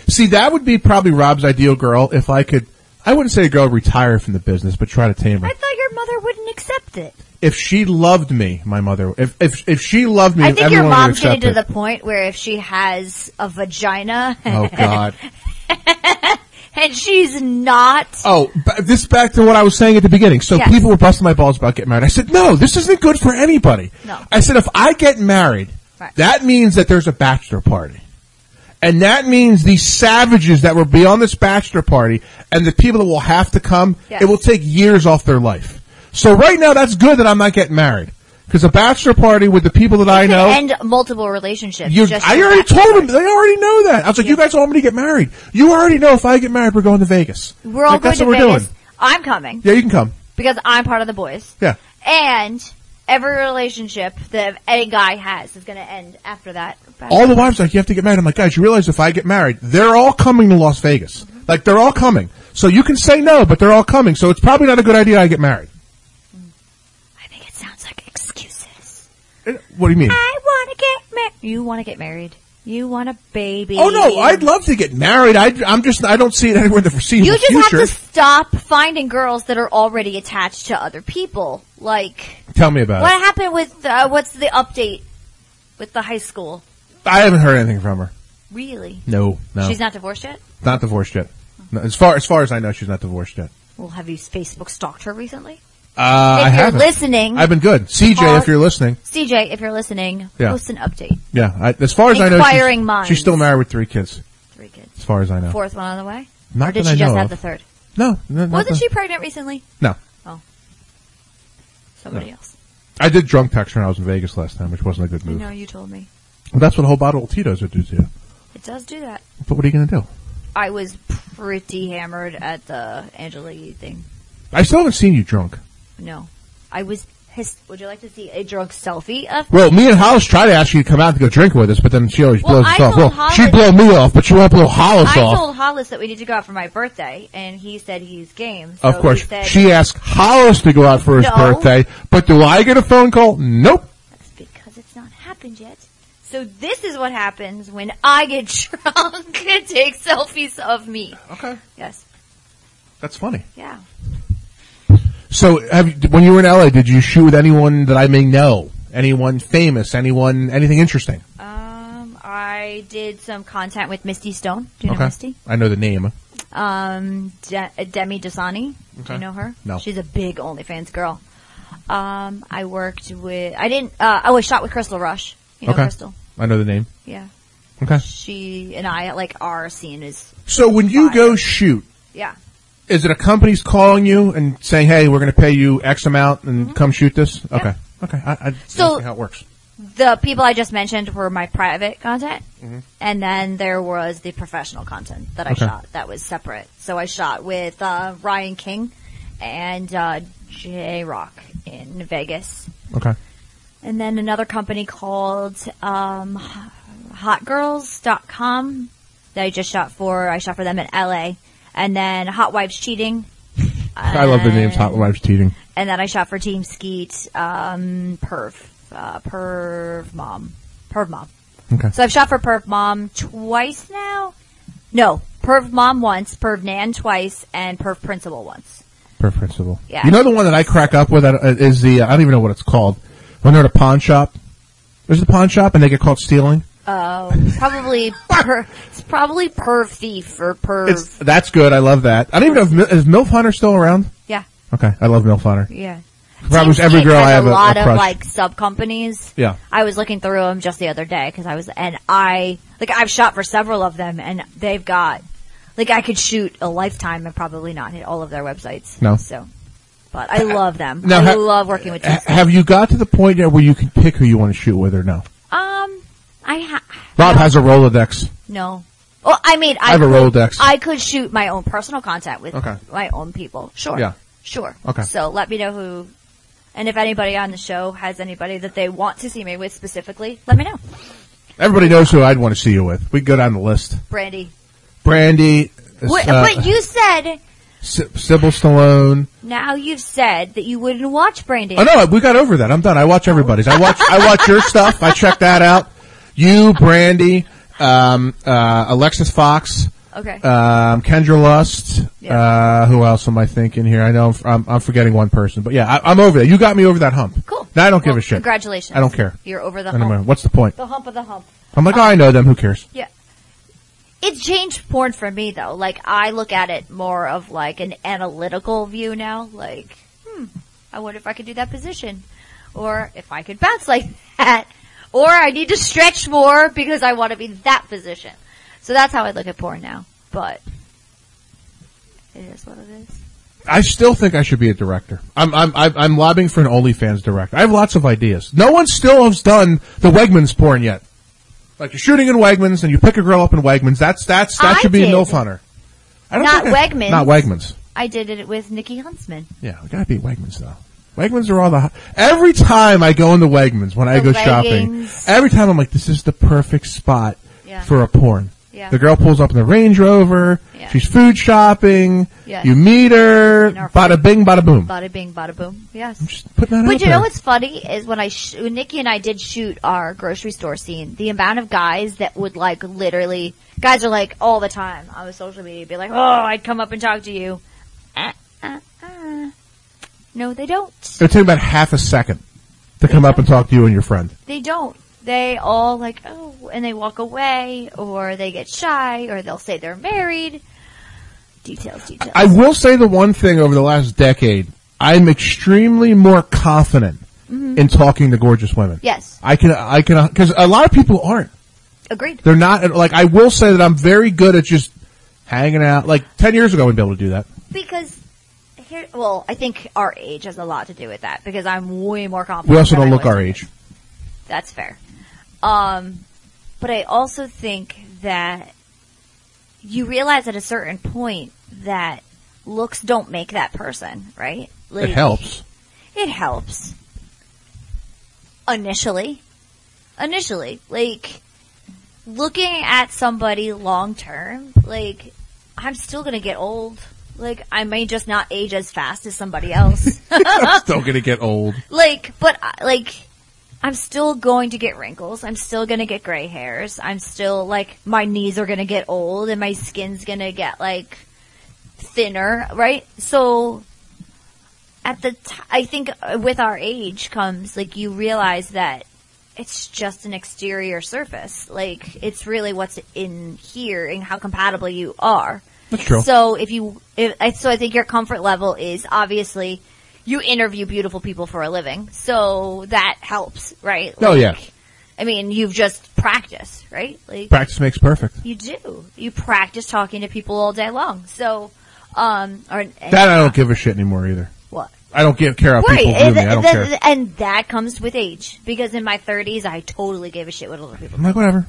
See, that would be probably Rob's ideal girl if I could. I wouldn't say a girl retire from the business, but try to tame her.
I thought your mother wouldn't accept it.
If she loved me, my mother. If if if she loved me,
I think your
everyone
mom's
would accept
getting to
it.
the point where if she has a vagina
Oh God!
and she's not,
Oh, ba- this back to what I was saying at the beginning. So
Yes.
people were busting my balls about getting married. I said, no, this isn't good for anybody.
No.
I said, if I get married,
Right.
that means that there's a bachelor party. And that means these savages that will be on this bachelor party and the people that will have to come,
Yes.
it will take years off their life. So right now, that's good that I'm not getting married. Because a bachelor party with the people that I
could
know,
end multiple relationships.
you,
just
I
for
already
that.
told them. They already know that. I was like, you guys all want me to get married. You already know if I get married, we're going to Vegas.
We're all
Like,
going
that's
to
what we're
Vegas.
doing.
I'm coming
Yeah, you can come.
because I'm part of the boys.
Yeah.
And every relationship that a guy has is going to end after that.
All the wives are like, you have to get married. I'm like, guys, you realize if I get married, they're all coming to Las Vegas.
Mm-hmm.
Like, they're all coming. So you can say no, but they're all coming. So it's probably not a good idea I get married.
I think it sounds like excuses.
Eh, What do you mean?
I want to get married. You want to get married. You want a baby.
Oh no, I'd love to get married. I, I'm just, I don't see it anywhere in the foreseeable
You just
future.
have to stop finding girls that are already attached to other people. Like
Tell me about
what
it.
happened with uh, what's the update with the high school?
I haven't heard anything from her.
Really?
No, no,
She's not divorced yet?
not divorced yet. No, as far as far as I know, she's not divorced yet.
Well, have you Facebook stalked her recently?
Uh, I
if you're
haven't.
listening,
I've been good. CJ, if
Pause.
you're listening,
CJ, if you're listening,
Yeah.
post an update.
yeah. I, as far as
Inquiring
I know, she's,
minds.
she's still married with three kids.
Three kids.
As far as I know,
Fourth one on the way?
not
Or did
that
she
I know
just have
of.
the third?
No, no, not
Wasn't
the-
she pregnant recently? Oh.
No.
Somebody else.
I did drunk text her when I was in Vegas last time, which wasn't a good
I
move.
know you told me.
Well, that's what a whole bottle of Tito's would do to you.
It does do that.
But what are you going to do?
I was pretty hammered at the Angela Yee thing.
I still haven't seen you drunk.
No. I was his- would you like to see a drunk selfie of
Well, me and Hollis tried to ask you to come out to go drink with us, but then she always
Well,
blows us
I
off.
told
Well,
Hollis-
she blow me off, but she won't blow Hollis
I
off.
told Hollis that we need to go out for my birthday, and he said he's game. So
of course,
he said,
she asked Hollis to go out for his
No.
birthday, but do I get a phone call? Nope.
That's because it's not happened yet. So this is what happens when I get drunk and take selfies of me.
Okay,
Yes.
that's funny.
Yeah.
So, have you, when you were in LA, did you shoot with anyone that I may know? Anyone famous? Anyone? Anything interesting?
Um, I did some content with Misty Stone. Do you know Misty?
I know the name.
Um, De- Demi Dasani. Do
Okay.
you know her?
No.
She's a big OnlyFans girl. Um, I worked with. I didn't. Uh, oh, I shot with Crystal Rush. You know
Okay.
Crystal?
I know the name.
Yeah.
Okay.
She and I like our scene is
So when you
Fire.
go shoot,
yeah.
is it a company's calling you and saying, "Hey, we're going to pay you X amount and come shoot this"? Okay, okay. I, I
Mm-hmm. So-
see how it works.
The people I just mentioned were my private content, and then there was the professional content that I
Okay.
shot that was separate. So I shot with uh, Ryan King and uh, J Rock in Vegas,
Okay.
and then another company called um, HotGirls.com that I just shot for. I shot for them in L.A. And then Hot Wives Cheating.
I love the names.
Uh,
Hot Wives Teating.
and then I shot for Team Skeet, um, Perv, uh, Perv Mom, Perv Mom.
Okay.
So I've shot for Perv Mom twice now. No, Perv Mom once, Perv Nan twice, and Perv Principal once.
Per principal.
Yeah.
You know the one that I crack up with uh, is the I don't even know what it's called when they're at a pawn shop. There's a pawn shop and they get caught stealing.
Oh, probably per, it's probably Perv Thief or Perv.
It's that's good. I love that. I don't even know if Mil- is Milf Hunter still around.
yeah,
Okay, I love Milf Hunter.
yeah.
Probably
Team
every
Skeet
girl
has
I have
a
a- a
lot of
crush.
like sub companies.
Yeah.
I was looking through them just the other day because I was, and I, like, I've shot for several of them and they've got, like, I could shoot a lifetime and probably not hit all of their websites.
No.
So, but I love them.
Now,
I
ha-
love working with
H-
teams.
have you got to the point yet where you can pick who you want to shoot with or no?
Um, I ha-
Rob has a Rolodex.
no. Well, I mean, I,
I have a
could-
Rolodex.
I could shoot my own personal contact with
Okay.
my own people. Sure.
Yeah.
Sure.
Okay.
So let me know who, and if anybody on the show has anybody that they want to see me with specifically, let me know.
Everybody knows who I'd want to see you with. We can go down the list.
Brandy.
Brandy, uh,
Wait,
uh,
but you said
Sy- Sybil Stallone.
now you've said that you wouldn't watch Brandy.
Oh no, we got over that. I'm done. I watch everybody's. I watch I watch your stuff. I check that out. You, Brandy, um, uh, Alexis Fox,
Okay.
um, Kendra Lust.
Yeah.
Uh, who else am I thinking here? I know I'm, f- I'm, I'm forgetting one person, but yeah, I, I'm over that. You got me over that hump.
cool.
Now I don't give
Well,
a shit.
Congratulations.
I don't care.
You're over the
I don't
hump.
know. What's the point?
The hump of the hump.
I'm like, oh, I know them. Who cares?
Yeah. It's changed porn for me though. Like I look at it more of like an analytical view now. Like, hmm, I wonder if I could do that position, or if I could bounce like that, or I need to stretch more because I want to be that position. So that's how I look at porn now. But it is what it is.
I still think I should be a director. I'm I'm I'm, I'm lobbying for an OnlyFans director. I have lots of ideas. No one still has done the Wegmans porn yet. Like you're shooting in Wegmans and you pick a girl up in Wegmans. That's that's that
I
should be
did.
a milf hunter. I
Not
think I-
Wegmans.
Not Wegmans.
I did it with Nikki Huntsman.
Yeah, we gotta beat Wegmans though. Wegmans are all the. hot- Every time I go into Wegmans when I
The
go shopping,
leggings.
every time I'm like, this is the perfect spot
Yeah.
for a porn.
Yeah.
The girl pulls up in the Range Rover.
Yeah.
She's food shopping.
Yeah.
You meet her.
In our-
Bada bing, bada boom.
Bada bing, bada boom. Yes.
I'm just putting that out
But you
there.
know what's funny is when I sh- when Nikki and I did shoot our grocery store scene, the amount of guys that would like literally guys are like all the time on the social media be like, "Oh, I'd come up and talk to you." Uh, uh, uh. No, they don't.
It took about half a second to come up and talk to you and your friend.
They don't. They all like, "Oh," and they walk away or they get shy or they'll say they're married. Details, details.
I will say the one thing over the last decade, I'm extremely more confident
Mm-hmm.
in talking to gorgeous women.
yes,
I can, I can, because a lot of people aren't.
agreed.
They're not, like, I will say that I'm very good at just hanging out. Like, 10 years ago, I wouldn't be able to do that.
Because here, well, I think our age has a lot to do with that because I'm way more confident.
We also
than
don't
I
look
was
our
then.
age.
That's fair. Um, but I also think that you realize at a certain point that looks don't make that person, right?
It helps.
It helps. Initially. Initially. Like, looking at somebody long term, like, I'm still gonna get old. Like, I may just not age as fast as somebody else.
I'm still gonna get old.
like, but, I- like, I'm still going to get wrinkles. I'm still gonna get gray hairs. I'm still, like, my knees are gonna get old and my skin's gonna get, like, thinner, right? So, at the t- I think uh, with our age comes like you realize that it's just an exterior surface. Like it's really what's in here and how compatible you are.
That's true.
So if you, if, I- so I think your comfort level is obviously you interview beautiful people for a living, so that helps, right?
Oh, yeah.
I mean, you've just practiced, right? Like
Practice makes perfect.
you do. You practice talking to people all day long. So, um, or and-
That I don't give a shit anymore either.
what?
I don't give, care how people view
and,
me. I don't
that-
care.
and that comes with age. Because in my 30s, I totally gave a shit what other people.
I'm like, whatever.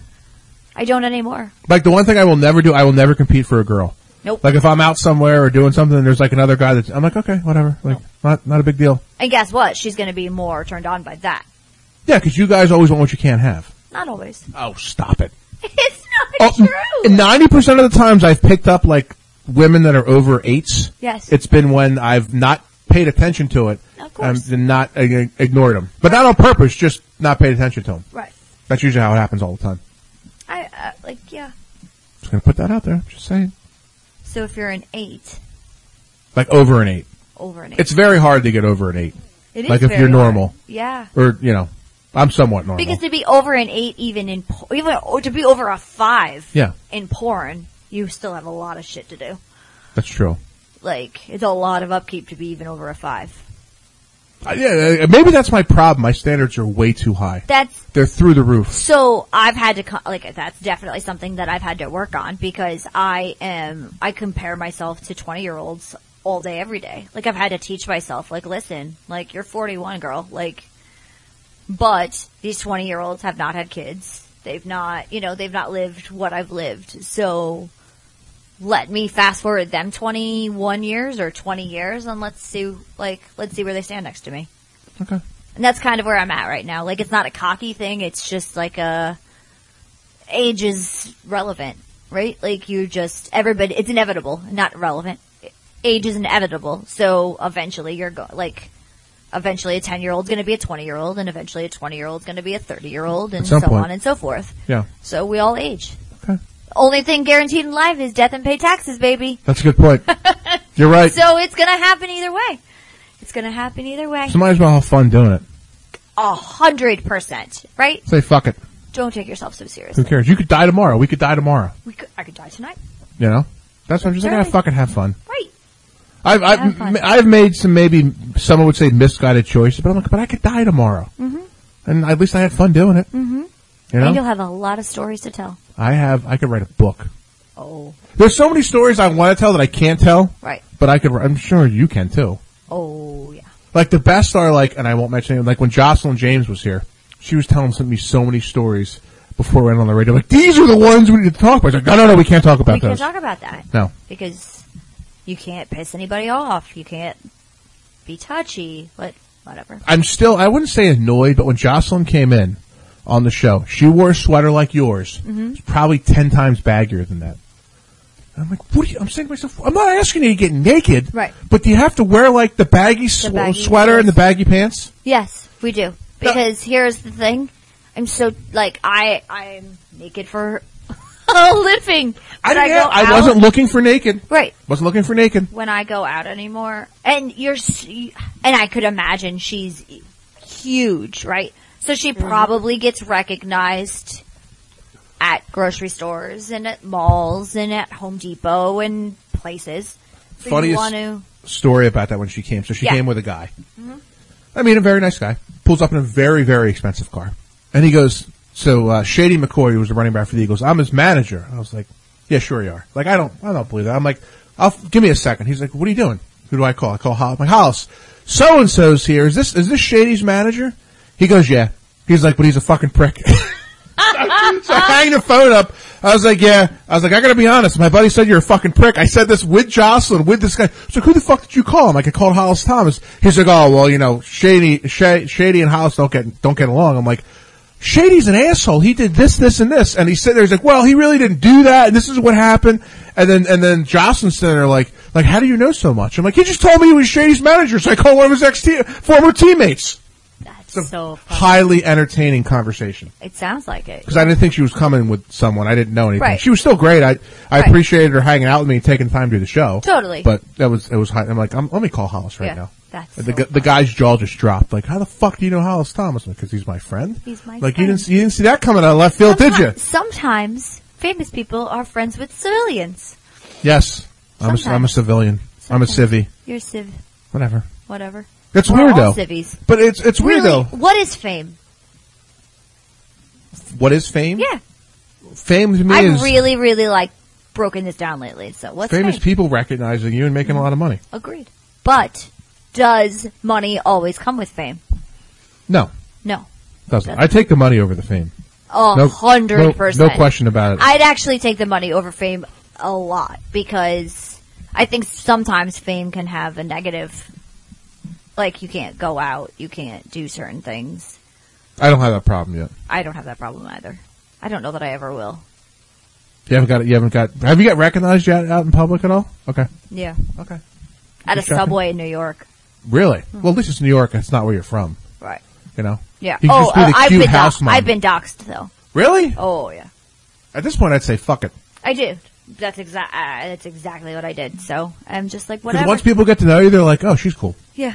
I don't anymore.
Like the one thing I will never do, I will never compete for a girl.
Nope.
Like if I'm out somewhere or doing something, and there's like another guy that's, I'm like, okay, whatever. Like not not a big deal.
and guess what? She's going to be more turned on by that.
Yeah, because you guys always want what you can't have.
Not always.
Oh, stop it.
it's
Oh,
not true.
Ninety percent of the times I've picked up like women that are over eights.
Yes.
It's been when I've not paid attention to it.
Of course.
And not uh, ignored them, but not on purpose. Just not paid attention to them.
right.
That's usually how it happens all the time.
I, uh, like, yeah.
Just gonna put that out there. Just saying.
So if you're an eight,
Like over an eight.
over an eight.
It's very hard to get over an eight.
It is
like if
very
you're
hard.
normal.
Yeah.
Or you know, I'm somewhat normal.
Because to be over an eight, even in, po- even, or to be over a five
yeah.
in porn, you still have a lot of shit to do.
That's true.
Like, it's a lot of upkeep to be even over a five.
Uh, yeah, uh, maybe that's my problem. My standards are way too high.
That's
They're through the roof.
So I've had to co- like that's definitely something that I've had to work on because I am I compare myself to 20 year olds all day every day. Like I've had to teach myself like listen, like you're 41 girl, like but these 20 year olds have not had kids. They've not, you know, they've not lived what I've lived. So let me fast forward them 21 years or 20 years and let's see like let's see where they stand next to me.
Okay.
And that's kind of where I'm at right now. Like, it's not a cocky thing. It's just like a, uh, age is relevant, right? Like you just everybody. It's inevitable, not relevant. Age is inevitable, so eventually you're go like. Eventually, a ten-year-old's going to be a twenty-year-old, and eventually, a twenty-year-old's going to be a thirty-year-old, and
At
so
some point.
on and so forth.
Yeah.
So we all age.
Okay.
Only thing guaranteed in life is death and pay taxes, baby.
That's a good point. You're right. So,
So it's going to happen either way. It's going to happen either way.
might as well have fun doing it.
A hundred percent, right?
Say fuck it.
Don't take yourself so
Who
seriously.
cares? You could die tomorrow. We could die tomorrow.
We could, I could die tonight,
You know. That's what I'm just like.
Right.
ah, fucking have fun.
right?
I've
Have
I've,
fun.
m- I've made some maybe someone would say misguided choices, but I'm like, but I could die tomorrow, mm-hmm. and at least I had fun doing it. Mm-hmm. You
And
know,
you'll have a lot of stories to tell.
I have. I could write a book.
Oh,
There's so many stories I want to tell that I can't tell,
right.
but I could. wri- I'm sure you can too.
Oh, yeah.
Like the best are like, and I won't mention it. Like when Jocelyn James was here, she was telling me so many stories before we went on the radio. Like these are the ones we need to talk about. It's like, no, no, no, we can't talk about
we
those.
can't talk about that
no,
because you can't piss anybody off. You can't be touchy. What? Whatever.
I'm still. I wouldn't say annoyed, but when Jocelyn came in on the show, she wore a sweater like yours.
Mm-hmm.
It's probably ten times baggier than that. And I'm like, what? Are you, I'm saying to myself, I'm not asking you to get naked,
Right.
But do you have to wear like the baggy, sw-
baggy
sweater and the
clothes.
baggy pants?
Yes, we do. Because here's the thing. I'm so like I I'm naked for a living. When
didn't
go
have- I
out-
wasn't looking for naked.
right
Wasn't looking for naked.
when I go out anymore. And you're s- you- and I could imagine she's huge, right? So she probably gets recognized at grocery stores and at malls and at Home Depot and places. So you
Funniest-
want to
story about that when she came. So she
Yeah.
came with a guy. I mean, a very nice guy. Pulls up in a very, very expensive car. And he goes, so, uh, Shady McCoy, who was the running back for the Eagles, I'm his manager. I was like, yeah, sure you are. Like, I don't, I don't believe that. I'm like, I'll, give me a second. He's like, what are you doing? Who do I call? I call Hollis. My Hollis, so and so's here. Is this, is this Shady's manager? He goes, yeah. He's like, but he's a fucking prick. so I hang the phone up. I was like, yeah. I was like, I gotta be honest. My buddy said you're a fucking prick. I said this with Jocelyn, with this guy. So who the fuck did you call? I'm like, I called Hollis Thomas. He's like, oh well, you know, Shady, Sh- Shady and Hollis don't get don't get along. I'm like, Shady's an asshole. He did this, this, and this, and he said there. He's like, well, he really didn't do that, and this is what happened. And then and then Jocelyn's sitting there like, like, how do you know so much? I'm like, he just told me he was Shady's manager, so I called one of his ex te- former teammates.
that's
a
so fun.
Highly entertaining conversation
It sounds like it.
because I didn't think she was coming with someone. I didn't know anything.
Right.
She was still great. I I
Right.
appreciated her hanging out with me and taking time to do the show.
Totally.
But that was it was. High. I'm like, I'm, let me call Hollis right
Yeah,
now.
that's
the
so
gu- the guy's jaw just dropped. Like, how the fuck do you know Hollis Thomas? Because he's my friend.
He's my
like you
friend.
didn't see- you didn't see that coming out of left field, did you?
Someti- Sometimes famous people are friends with civilians.
Yes. I'm a, I'm a
Sometimes.
civilian. I'm a civvy.
Sometimes. You're civ,
Whatever.
whatever.
That's
We're
weird
all
though.
civvies.
But it's it's weird
Really,
though.
what is fame?
What is fame?
Yeah,
Fame to me
I've
is
really, really like broken this down lately. So what's
famous
fame?
people recognizing you and making a lot of money.
Agreed. But does money always come with fame?
No,
No,
doesn't. I take the money over the fame.
a
No-
hundred
no-
percent.
No question about it.
I'd actually take the money over fame a lot because I think sometimes fame can have a negative. Like you can't go out, you can't do certain things.
I don't have that problem yet.
I don't have that problem either. I don't know that I ever will.
You haven't got it. You haven't got. Have you got recognized yet out in public at all? Okay.
Yeah,
Okay.
at a
Just checking.
subway in New York.
Really? Well, at least it's New York. and It's not where you're from.
Hmm. Right.
You know.
Yeah.
You can
oh,
just be the
uh, I've
cute
been
house
doxxed.
mom.
I've been doxxed though.
Really?
Oh yeah,
At this point, I'd say fuck it.
I do. That's exact. Uh, that's exactly what I did. So I'm just like
Because
whatever.
once people get to know you, they're like, "Oh, she's cool."
yeah.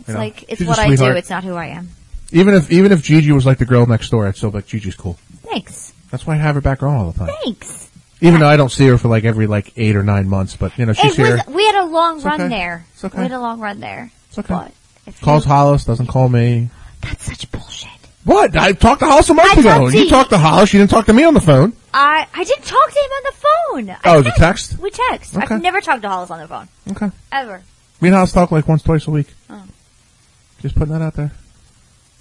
It's
You know,
like it's
she's a
what I do.
sweetheart.
It's not who I am.
Even if even if Gigi was like the girl next door, I'd still be like, "Gigi's cool."
Thanks.
That's why I have her back on all the time.
Thanks.
Even though I don't see her for like every like eight or nine months, but you know she's
it
here.
was. We had a long run
okay.
there.
It's okay.
We had a long run there.
It's okay.
But if
Calls
you,
Hollis, doesn't call me.
that's such bullshit.
What? I talked to Hollis a month
I
ago.
talked
and
to
you
you.
talked to Hollis. You didn't talk to me on the phone.
I I didn't talk to him on the phone.
Oh,
I
it was a text?
We text.
Okay.
I've never talked to Hollis on the phone
Okay.
ever.
Me and Hollis talk like once, twice a week.
Oh.
Just putting that out there.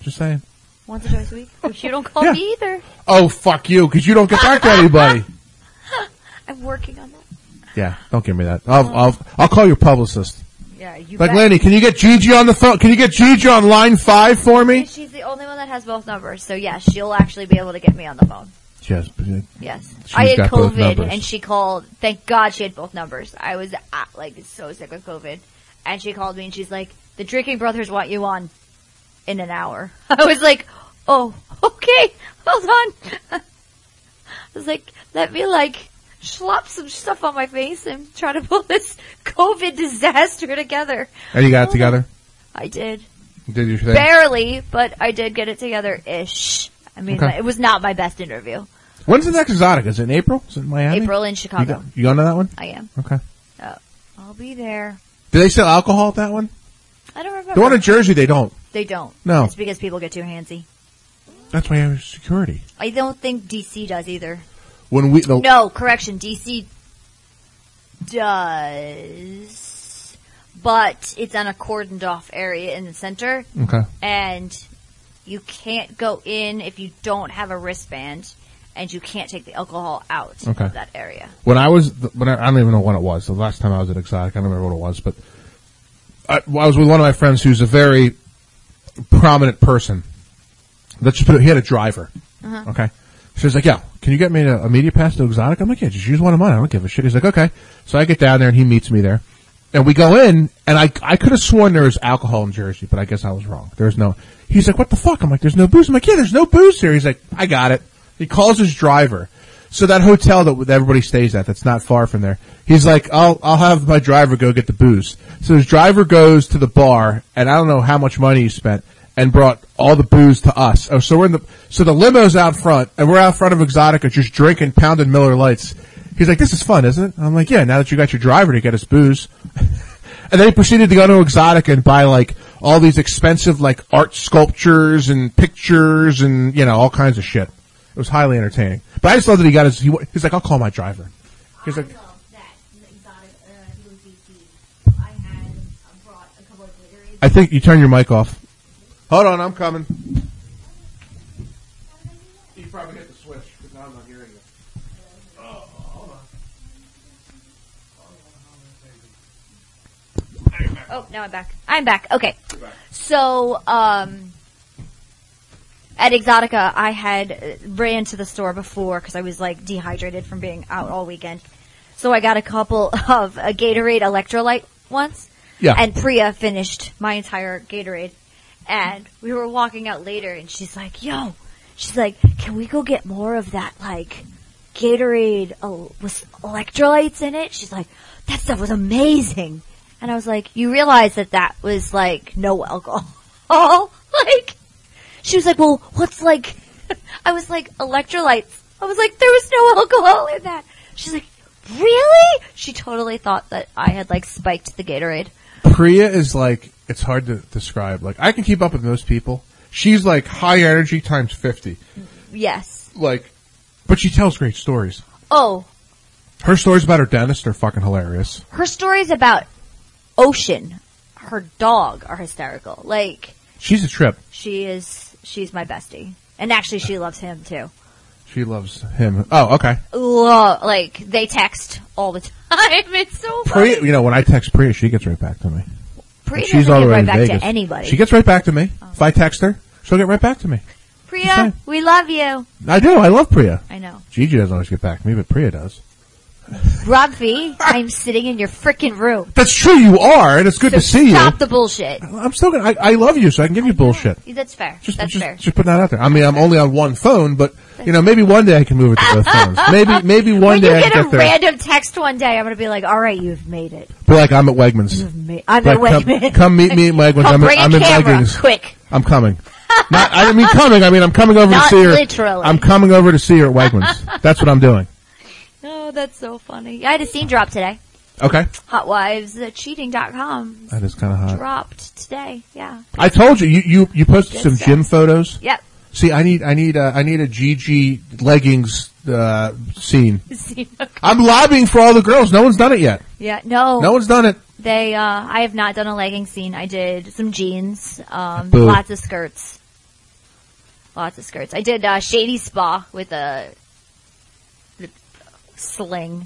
Just saying.
Once or twice a week. Which you don't call
Yeah.
me either.
Oh, fuck you, because you don't get back to anybody.
I'm working on that.
yeah, don't give me that.
Oh.
I'll, I'll, I'll call your publicist.
Yeah, you.
Like,
bet.
Lanny, can you get Gigi on the phone? Can you get Gigi on line five for me?
She's the only one that has both numbers, so yeah, she'll actually be able to get me on the phone.
Yes.
Yes.
She's
I had
got both
COVID
numbers.
and she called. Thank God she had both numbers. I was uh, like so sick with COVID. And she called me and she's like, the drinking brothers want you on in an hour. I was like, oh, okay, hold on. I was like, let me like slop some stuff on my face and try to pull this COVID disaster together.
And you got it together?
I did.
You Did your thing?
Barely, but I did get it together ish. I mean,
Okay.
it was not my best interview.
When's the next exotic? Is it in April? Is it in Miami?
April in
You,
Chicago.
go, you going to that one?
I am.
Okay.
Oh, I'll be there.
Do they sell alcohol at that one?
I don't remember.
The one in Jersey, they don't.
they don't.
No.
It's because people get too handsy.
That's why I have security.
I don't think DC does either.
When we the,
No, correction. DC does. But it's on a cordoned off area in the center
okay,
and you can't go in if you don't have a wristband and you can't take the alcohol out
Okay.
of that area.
when I was when I, I don't even know when it was the last time I was at Exotic, I don't remember what it was, but I, well, I was with one of my friends who's a very prominent person. Let's just put it. He had a driver. Okay, she was like, "Yeah, can you get me a, a media pass to Exotic?" I'm like, "Yeah, just use one of mine. I don't give a shit." He's like, "Okay," so I get down there and he meets me there. And we go in, and I I could have sworn there was alcohol in Jersey, but I guess I was wrong. There's no. He's like, "What the fuck?" I'm like, "There's no booze." I'm like, "Yeah, there's no booze here." He's like, "I got it." He calls his driver. So that hotel that that everybody stays at, that's not far from there. He's like, "I'll I'll have my driver go get the booze." So his driver goes to the bar, and I don't know how much money he spent, and brought all the booze to us. Oh, so we're in the so the limo's out front, and we're out front of Exotica, just drinking, pounding Miller Lights. He's like, "This is fun, isn't it?" I'm like, "Yeah." Now that you got your driver to get us booze, and then he proceeded to go to Exotica and buy like all these expensive like art sculptures and pictures and you know all kinds of shit. It was highly entertaining. But I just love that he got his. He, wa- he's like, "I'll call my driver." He's like, "I think you turn your mic off." Hold on, I'm coming. You probably hit the switch because now I'm not hearing you.
Oh, now I'm back. I'm back. Okay. So, um, at Exotica, I had uh, ran to the store before because I was like dehydrated from being out all weekend. So I got a couple of a Gatorade electrolyte once.
Yeah.
And Priya finished my entire Gatorade. And we were walking out later and she's like, yo, she's like, can we go get more of that like Gatorade uh, with electrolytes in it? She's like, that stuff was amazing. And I was like, you realize that that was like no alcohol. like, she was like, well, what's like, I was like, electrolytes. I was like, there was no alcohol in that. She's like, really? She totally thought that I had like spiked the Gatorade.
Priya is like it's hard to describe. Like I can keep up with most people. She's like high energy times fifty.
Yes.
Like, but she tells great stories.
Oh,
Her stories about her dentist are fucking hilarious.
her stories about Ocean, her dog, are hysterical. Like,
She's a trip.
she is, she's my bestie. And actually, she loves him too.
She loves him. Oh, okay.
Lo- like, they text all the time. It's so funny.
Priya, you know, when I text Priya, she gets right back to me.
Priya
She's
doesn't
all
give
the way
right
in
back
Vegas.
to anybody. Oh.
She gets right back to me. If I text her, she'll get right back to me.
Priya,
fine.
we love you.
I do. I love Priya.
I know.
Gigi doesn't always get back to me, but Priya does.
Ravi, I'm sitting in your freaking room.
That's true. You are, and it's good
So
to see
stop the bullshit.
you. I'm still gonna. I, I love you, so I can give you bullshit.
That's fair.
Just,
That's
just,
fair.
just putting that out there. I mean, I'm only on one phone, but you know, maybe one day I can move it to both phones. Maybe, maybe one
When
day
you
I can
get a
get there.
random text one day, I'm gonna be like, "All right, you've made it.
Be like I'm at Wegmans.
You've made. I'm
Like,
at
come-
Wegmans.
come meet me at Wegmans.
Come
I'm-
bring
I'm
a
in
camera,
Wegmans.
quick.
I'm coming. Not, I didn't mean coming. I mean I'm coming over
Not
to see her.
literally.
I'm coming over to see her at Wegmans. That's what I'm doing.
Oh, that's so funny. I had a scene drop today.
Okay,
Hotwivescheating.com
that is kind of hot.
dropped today. Yeah.
I told you, you you, you posted
Good
some
stuff.
gym photos.
Yep.
See, I need I need uh, I need a GG leggings uh, scene.
Scene.
I'm lobbying for all the girls. No one's done it yet.
yeah. No.
No one's done it.
They. Uh, I have not done a legging scene. I did some jeans. Um,
Boo.
lots of skirts. Lots of skirts. I did uh, shady spa with a sling.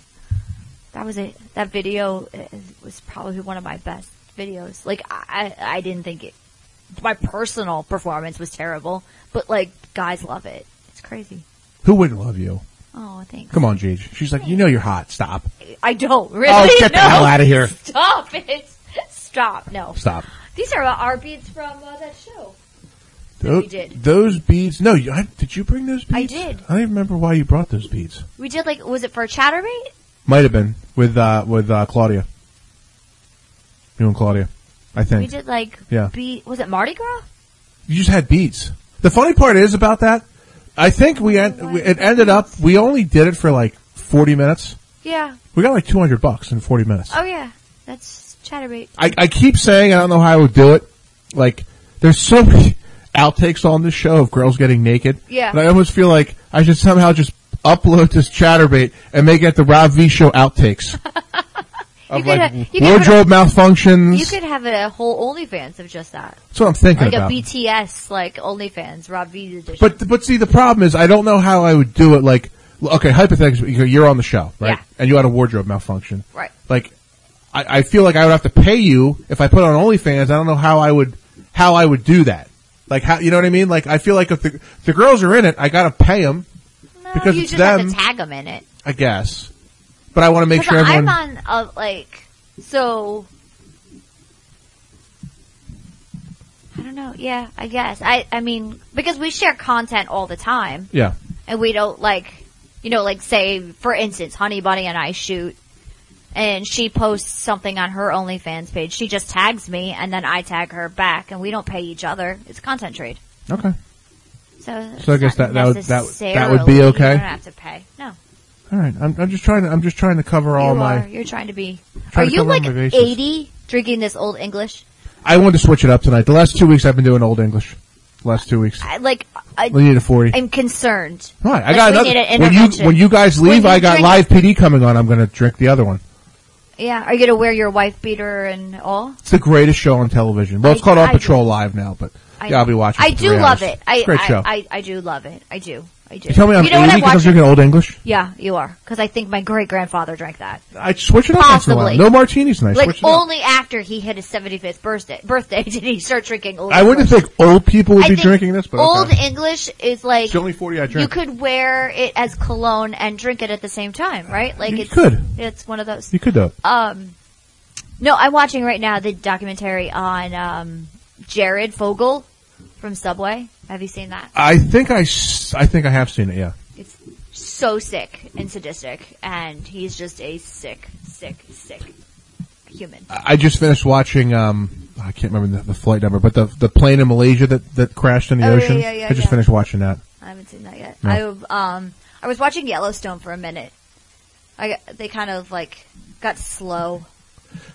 That was a that video uh, was probably one of my best videos. Like I I I didn't think it my personal performance was terrible, but like guys love it. It's crazy.
Who wouldn't love you?
Oh, thanks.
Come on, Gigi. She's like, you know you're hot. Stop.
I don't really.
Oh, get the
know.
hell outta here.
Stop it. Stop. No.
Stop.
These are our beads from uh, that show.
Tho-
we did.
Those beads. No, you, I, did you bring those beads?
I did.
I don't even remember why you brought those beads.
We did like, was it for Chatterbait?
Might have been with uh, with uh, Claudia. You and Claudia, I think.
We did like,
Yeah.
be- was it Mardi Gras?
You just had beads. The funny part is about that. I think we, en- we it ended up we only did it for like forty minutes.
Yeah.
We got like two hundred bucks in forty minutes.
Oh yeah. That's Chatterbait.
I, I keep saying I don't know how I would do it. Like there's so many outtakes on this show of girls getting naked.
Yeah.
And I almost feel like I should somehow just upload this chatterbait and make it the Rob V show outtakes. of
could
like
ha- you could
wardrobe malfunctions.
You could have a whole OnlyFans of just that.
That's what I'm thinking
Like a
about.
BTS, like OnlyFans, Rob V edition.
But but see, the problem is I don't know how I would do it. Like, okay, hypothetically, you're on the show, right?
Yeah.
And you had a wardrobe malfunction,
Right.
Like, I, I feel like I would have to pay you if I put on OnlyFans. I don't know how I would how I would do that. Like, how you know what I mean? Like, I feel like if the if the girls are in it, I gotta pay them,
no,
because
you
it's
just have
them.
to tag them in it.
I guess. But I want to make sure
Because
everyone.
I'm on uh, like so. I don't know. Yeah, I guess. I I mean because we share content all the time,
yeah,
and we don't like you know like say for instance, Honey Bunny and I shoot. And she posts something on her OnlyFans page. She just tags me, and then I tag her back, and we don't pay each other. It's content trade.
okay,
So,
So I
it's
guess
not
that- that would- that would- that would be
necessarily-
okay?
You don't have to pay. No,
all right. I'm, I'm just trying to I'm just trying to cover all
you
my.
are. You're trying to be. Are
Trying to
you
cover all
like
my bases.
eighty drinking this old English?
I wanted to switch it up tonight. The last two weeks I've been doing Old English. Last two weeks.
I, like I,
We need a forty.
I'm concerned.
Right, I
Like,
got
we
another.
need
when
an
you
intervention.
when you guys
When
leave,
you
I got
drink-
live PD coming on. I'm going to drink the other one.
Yeah, are you gonna wear your wife beater and all?
It's the greatest show on television. Well, it's
I-
called On
I-
Patrol Live now, but
I,
yeah, I'll be watching.
I
for
do
three
love
hours.
it. I,
Great
I,
show.
I, I do love it. I do. I do.
you tell me I'm
you know what
80
I'm
because I'm
watching?
drinking Old English.
Yeah, you are. Because I think my great grandfather drank that.
I switch it up once in a while.
Possibly.
No martinis tonight.
Like
switch it up.
only after he hit his 75th birthday, birthday did he start drinking old.
I wouldn't
English.
think old people would
I
be
think
drinking this, but
old
okay.
English is like
it's the only forty I
you
drink.
could wear it as cologne and drink it at the same time, right? Like
You
it's
could.
It's one of those.
You could though.
Um, no, I'm watching right now the documentary on um, Jared Fogle from Subway. Have you seen that?
I think I s- I think I have seen it. Yeah.
It's so sick and sadistic, and he's just a sick, sick, sick human.
I just finished watching. Um, I can't remember the, the flight number, but the the plane in Malaysia that, that crashed in the
Oh, yeah,
ocean.
yeah, yeah,
I just
yeah.
finished watching that.
I haven't seen that yet.
No.
I um I was watching Yellowstone for a minute. I got- they kind of like got slow.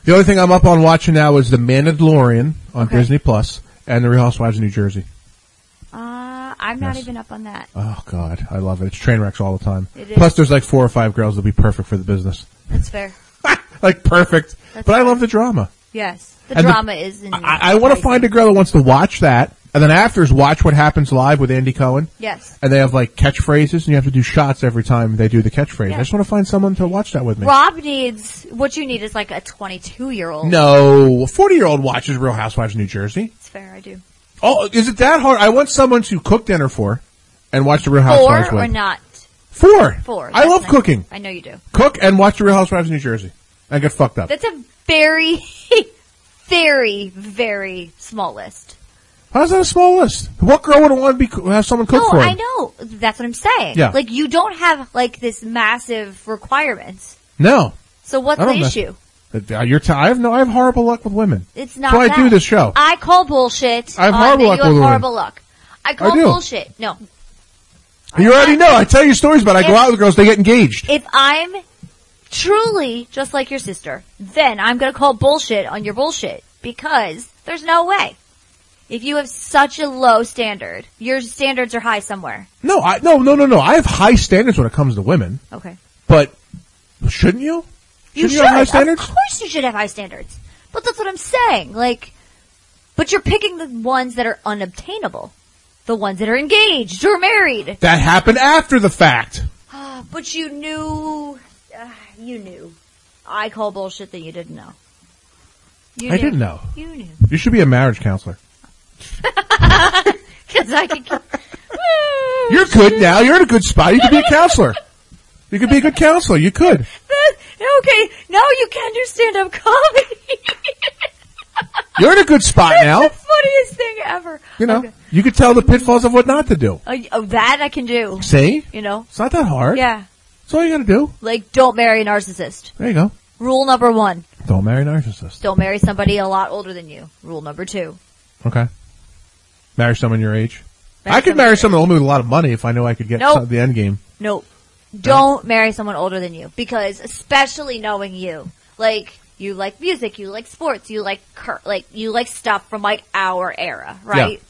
The only thing I'm up on watching now is The Mandalorian on
Okay.
Disney Plus and The Real Housewives of New Jersey.
Uh, I'm not
Yes.
even up on that.
Oh God, I love it. It's train wrecks all the time.
It is.
Plus, there's like four or five girls that'll be perfect for the business.
That's fair.
like perfect.
That's
but I
fair.
love the drama.
Yes, the
And the-
drama is. In
I, I want to
places.
find a girl that wants to watch that, and then afterwards watch what happens live with Andy Cohen.
Yes,
And they have like catchphrases, and you have to do shots every time they do the catchphrase.
Yeah.
I just want to find someone to watch that with me.
Rob needs what you need is like a 22 year old.
No, a forty-year-old watches Real Housewives of New Jersey.
That's fair. I do.
Oh, is it that hard? I want someone to cook dinner for and watch the Real Housewives
Four
with.
or not
Four.
four.
I
That's
love
nice.
cooking.
I know you do.
Cook and watch the Real Housewives of New Jersey. And get fucked up.
That's a very, very, very small list.
How's that a small list? What girl would want to be co- have someone cook
no,
for?
I
them?
know. That's what I'm saying.
Yeah.
Like you don't have like this massive requirements.
No,
So what's
I
the
don't know.
issue?
But, uh, you're. T- I have no. I have horrible luck with women.
It's not.
That's why I
that.
do this show.
I call bullshit.
I have
on
horrible
that
luck
You have
with women.
horrible luck. I call
do.
bullshit. No,
you already know. I tell you stories about. it. I go
If-
out with girls. They get engaged.
if I'm truly just like your sister, then I'm gonna call bullshit on your bullshit because there's no way. If you have such a low standard, your standards are high somewhere.
no, I no no no no. I have high standards when it comes to women,
Okay.
but shouldn't you?
You
Shouldn't
should.
have high standards?
Of course you should have high standards. But that's what I'm saying. Like, but you're picking the ones that are unobtainable. The ones that are engaged or married.
That happened after the fact.
Ah, but you knew, ah, you knew. I call bullshit that you didn't know. You
I
knew.
didn't know.
You knew.
You should be a marriage counselor.
Cause I could.
You're good now. You're in a good spot. You could be a counselor. You could be a good counselor. You could.
That- okay, now you can do stand up comedy.
You're in a good spot now.
the funniest thing ever.
You know,
Okay.
you could tell the pitfalls of what not to do.
Uh, oh, that I can do.
See?
You know?
It's not that hard.
Yeah.
That's all you gotta do.
Like, don't marry a narcissist.
There you go.
Rule number one.
Don't marry a narcissist.
Don't marry somebody a lot older than you. Rule number two.
Okay. Marry someone your age.
Marry
I could
someone-
marry someone old with a lot of money if I know I could get
Nope.
some- the end game.
No. Don't marry someone older than you. Because, especially knowing you, like, you like music, you like sports, you like, cur- like, you like stuff from like our era, right?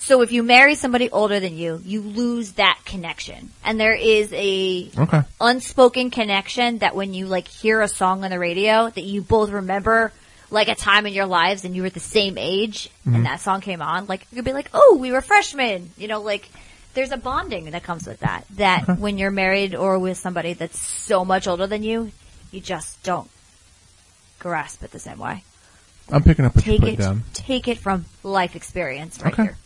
So if you marry somebody older than you, you lose that connection. And there is a
Okay.
unspoken connection that when you like hear a song on the radio that you both remember like a time in your lives and you were the same age and that song came on like you could be like oh we were freshmen you know like there's a bonding that comes with that that when you're married or with somebody that's so much older than you you just don't grasp it the same way
I'm picking up what you
take
put
it
down.
take it from life experience right
Okay.
here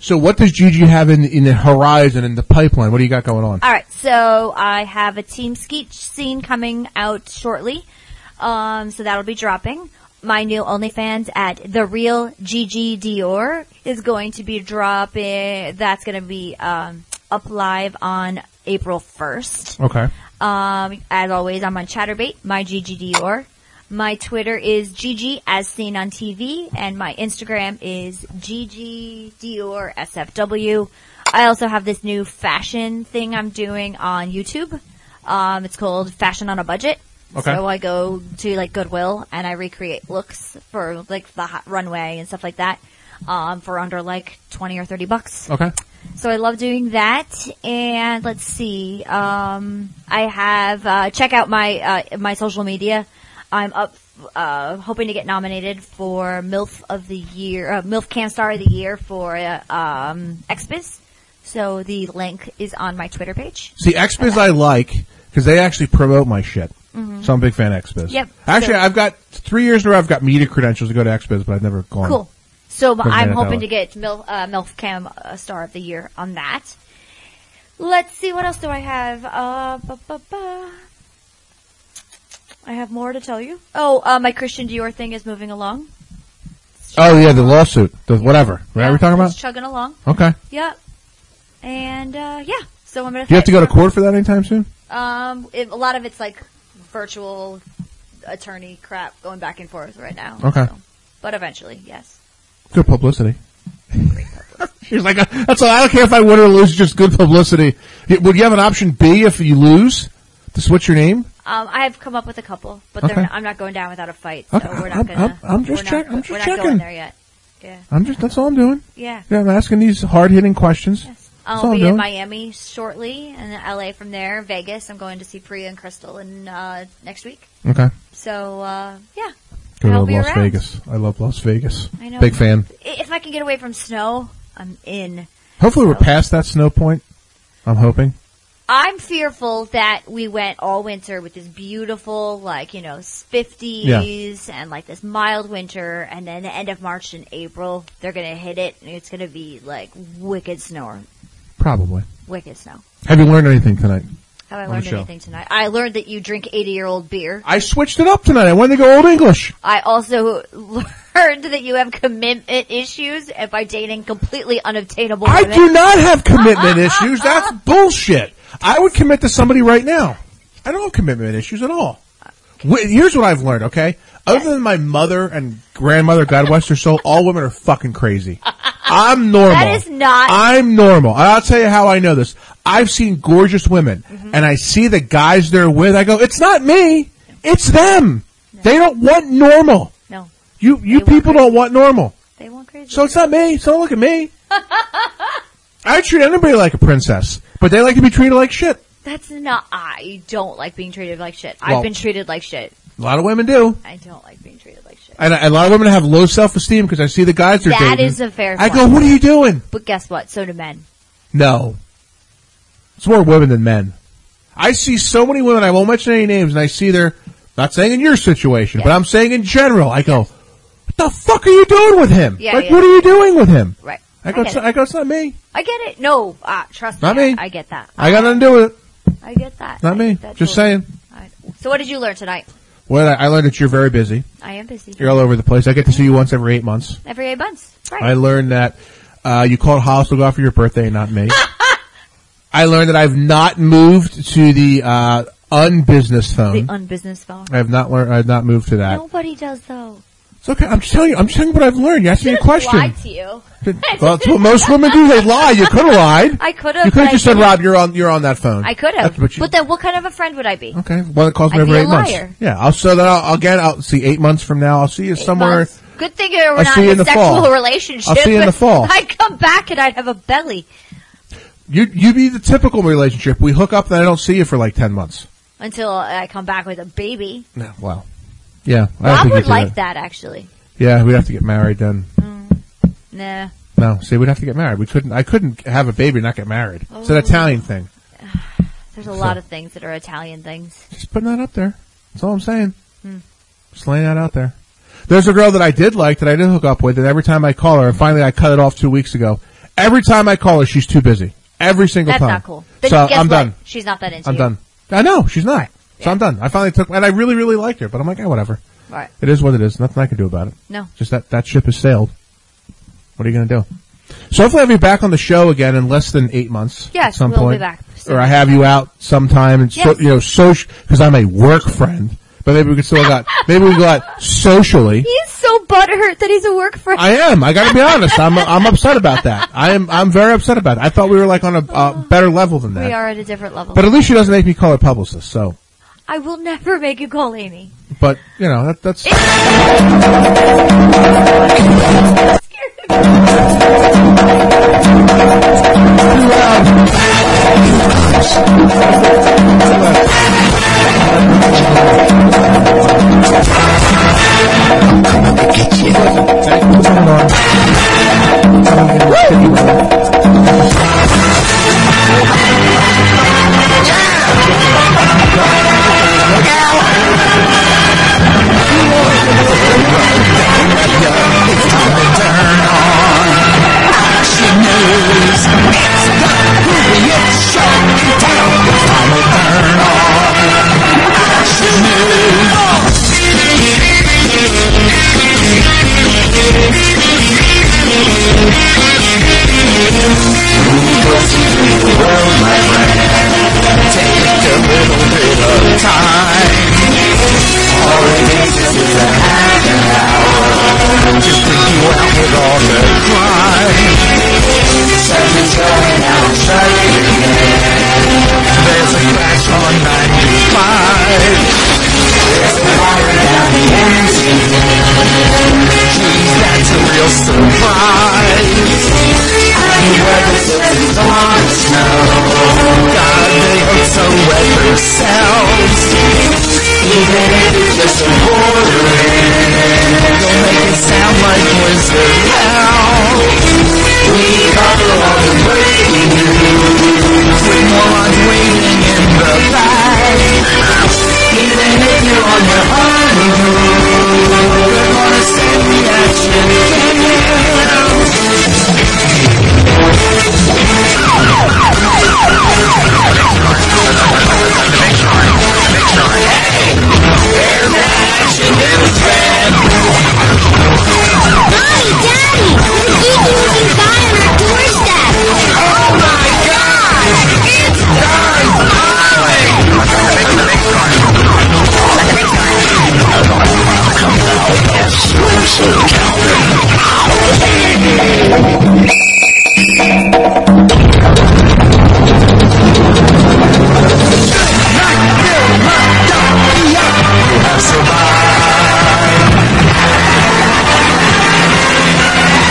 So what does Gigi have in, in the horizon, in the pipeline? What do you got going on?
All right, so I have a Team Skeet scene coming out shortly, um, so that'll be dropping. My new OnlyFans at the real Gigi Dior is going to be dropping. That's going to be um, up live on April first.
Okay.
Um, as always, I'm on Chatterbait, my Gigi Dior. My Twitter is Gigi as seen on TV, and my Instagram is Gigi Dior SFW. I also have this new fashion thing I'm doing on YouTube. Um, it's called Fashion on a Budget.
Okay.
So I go to like Goodwill and I recreate looks for like the hot runway and stuff like that, um, for under like 20 or 30 bucks.
Okay.
So I love doing that. And let's see. Um, I have uh, check out my uh, my social media. I'm up uh, hoping to get nominated for MILF of the year, uh, MILF Cam Star of the year for uh, um, XBiz. So the link is on my Twitter page.
See, XBiz I like because they actually promote my shit. So I'm a big fan of XBiz.
Mm-hmm. Yep.
Actually,
So-
I've got three years in a row. I've got media credentials to go to XBiz, but I've never gone.
Cool. So
Doesn't
I'm
matter that
hoping
way.
to get Mil- uh, MILF Cam uh, Star of the Year on that. Let's see, what else do I have? Uh, ba, ba, ba. I have more to tell you. Oh, uh, my Christian Dior thing is moving along.
Oh yeah, the lawsuit, the whatever. What are
Yeah,
we talking
It's
about?
chugging along.
Okay.
Yep. And, uh, yeah. So I'm gonna.
Do you have to go to court for that anytime soon?
Um, it, a lot of it's like virtual attorney crap going back and forth right now.
Okay.
so. But eventually, yes.
Good publicity. She's like, uh, that's all. I don't care if I win or lose. Just good publicity. Y- Would you have an option B if you lose to switch your name?
Um, I have come up with a couple, but
Okay.
they're not, I'm not going down without a fight, so
Okay,
we're not
I'm-
gonna.
I'm- I'm just
we're
check-
Not,
I'm just
we're not
checking.
going there yet. Yeah,
I'm just. That's all I'm doing.
yeah.
Yeah, I'm asking these hard hitting questions.
Yes.
all
I'll
I'm
be
doing.
in Miami shortly, and then LA from there. Vegas. I'm going to see Priya and Crystal in uh, next week.
Okay.
So uh, yeah,
Go
I'll
to
be
Las
around.
Vegas. I love Las Vegas.
I know.
Big fan.
I- If I can get away from snow, I'm in.
Hopefully, we're past that snow point. I'm hoping.
I'm fearful that we went all winter with this beautiful, like, you know, 50s and like this mild winter. And then the end of March and April, they're going to hit it and it's going to be like wicked snow,
Probably.
wicked snow.
Have you learned anything tonight?
Have I
the
learned
show.
anything tonight? I learned that you drink 80 year old beer.
I switched it up tonight. I wanted to go Old English.
I also learned that you have commitment issues and by dating completely unobtainable
I
women.
do not have commitment issues. That's bullshit. I would commit to somebody right now. I don't have commitment issues at all. Wh- Here's what I've learned, okay? Other than my mother and grandmother, God bless their soul, all women are fucking crazy. I'm normal.
That is not-
I'm normal. And I'll tell you how I know this. I've seen gorgeous women,
Mm-hmm.
and I see the guys they're with. I go, it's not me. It's them. They don't want normal.
No,
You you
They want
people don't want normal.
they won't crazy.
So it's not me. So don't look at me. I treat anybody like a princess, but they like to be treated like shit.
That's not, I don't like being treated like shit.
Well-
I've been treated like shit.
A lot of women do,
I don't like being treated like shit.
and, and a lot of women have low self esteem because I see the guys they're
That
dating.
is a fair
I go,
point.
what are you doing?
But guess what? So do men.
No, it's more women than men. I see so many women. I won't mention any names, and I see their. Not saying in your situation, but I'm saying in general. I go, what the fuck are you doing with him?
Yeah,
like,
yeah.
what are you doing with him?
Right.
I go,
I get
it's,
it.
I go, it's not me.
I get it. No, uh, trust
Not
me.
me.
I, I get that.
I got nothing to do with it.
I get that.
Not me.
That's
Just
cool.
saying.
I- So what did you learn tonight?
Well, I, I learned that you're very busy.
I am busy.
You're all over the place. I get to see you once every eight months.
Every eight months. Right.
I learned that uh, you called Hollis to go out for your birthday, not me. I learned that I've not moved to the uh, unbusiness
the
phone.
unbusiness phone.
I have not learned. I have not moved to that.
Nobody does though.
It's okay. I'm just telling you. I'm just telling you what I've learned. You asked me a question.
Lied to you.
Well, that's what most women do. They lie. You could have lied.
I could have.
You could
but I
have just said,
didn't.
Rob, you're on. You're on that phone.
I could have.
That's what
But,
you-
then, what kind of a friend would I be?
Okay, one that calls me
I'd
every
be a
eight months.
liar.
Yeah, I'll so then I'll, again. I'll see eight months from now. I'll see you
Eight
somewhere.
months. Good thing we're
I'll
not
see you
in
in the
a sexual
fall.
relationship.
I'll see you in the
but
fall.
I'd come back and I'd have a belly
You you be the typical relationship. We hook up, then I don't see you for like ten months.
until I come back with a baby.
No, wow. Yeah, I don't
Rob
think
would
you'd do
like that actually.
Yeah, we'd have to get married then.
Nah.
No, see, we'd have to get married. We couldn't. I couldn't have a baby and not get married. It's an
Oh.
Italian thing.
There's a lot of things that are Italian things.
Just putting that up there. That's all I'm saying.
Hmm.
Just laying that out there. There's a girl that I did like that I did hook up with, and every time I call her, and finally I cut it off two weeks ago. Every time I call her, she's too busy. Every single
That's
time.
not cool. Then
so
guess
I'm
what?
done.
She's not that into
I'm
you.
done. I know she's not. So
Yeah.
I'm done. I finally took, and I really, really liked her, but I'm like, eh, whatever.
All right.
It is what it is. Nothing I can do about it.
No.
Just that that ship has sailed. What are you going to do? So hopefully I'll be back on the show again in less than eight months.
Yes,
at some
we'll be
point.
back soon.
Or I have you out sometime and so,
Yes.
you know social because I'm a work friend. But maybe we could still go out. Maybe we could go out socially.
He's so butthurt that he's a work friend.
I am. I got to be honest. I'm I'm upset about that. I'm I'm very upset about it. I thought we were like on a uh, better level than that.
Oh. we are at a different level.
But at least she doesn't make me call her publicist. So,
I will never make you call Amy.
but you know that, that's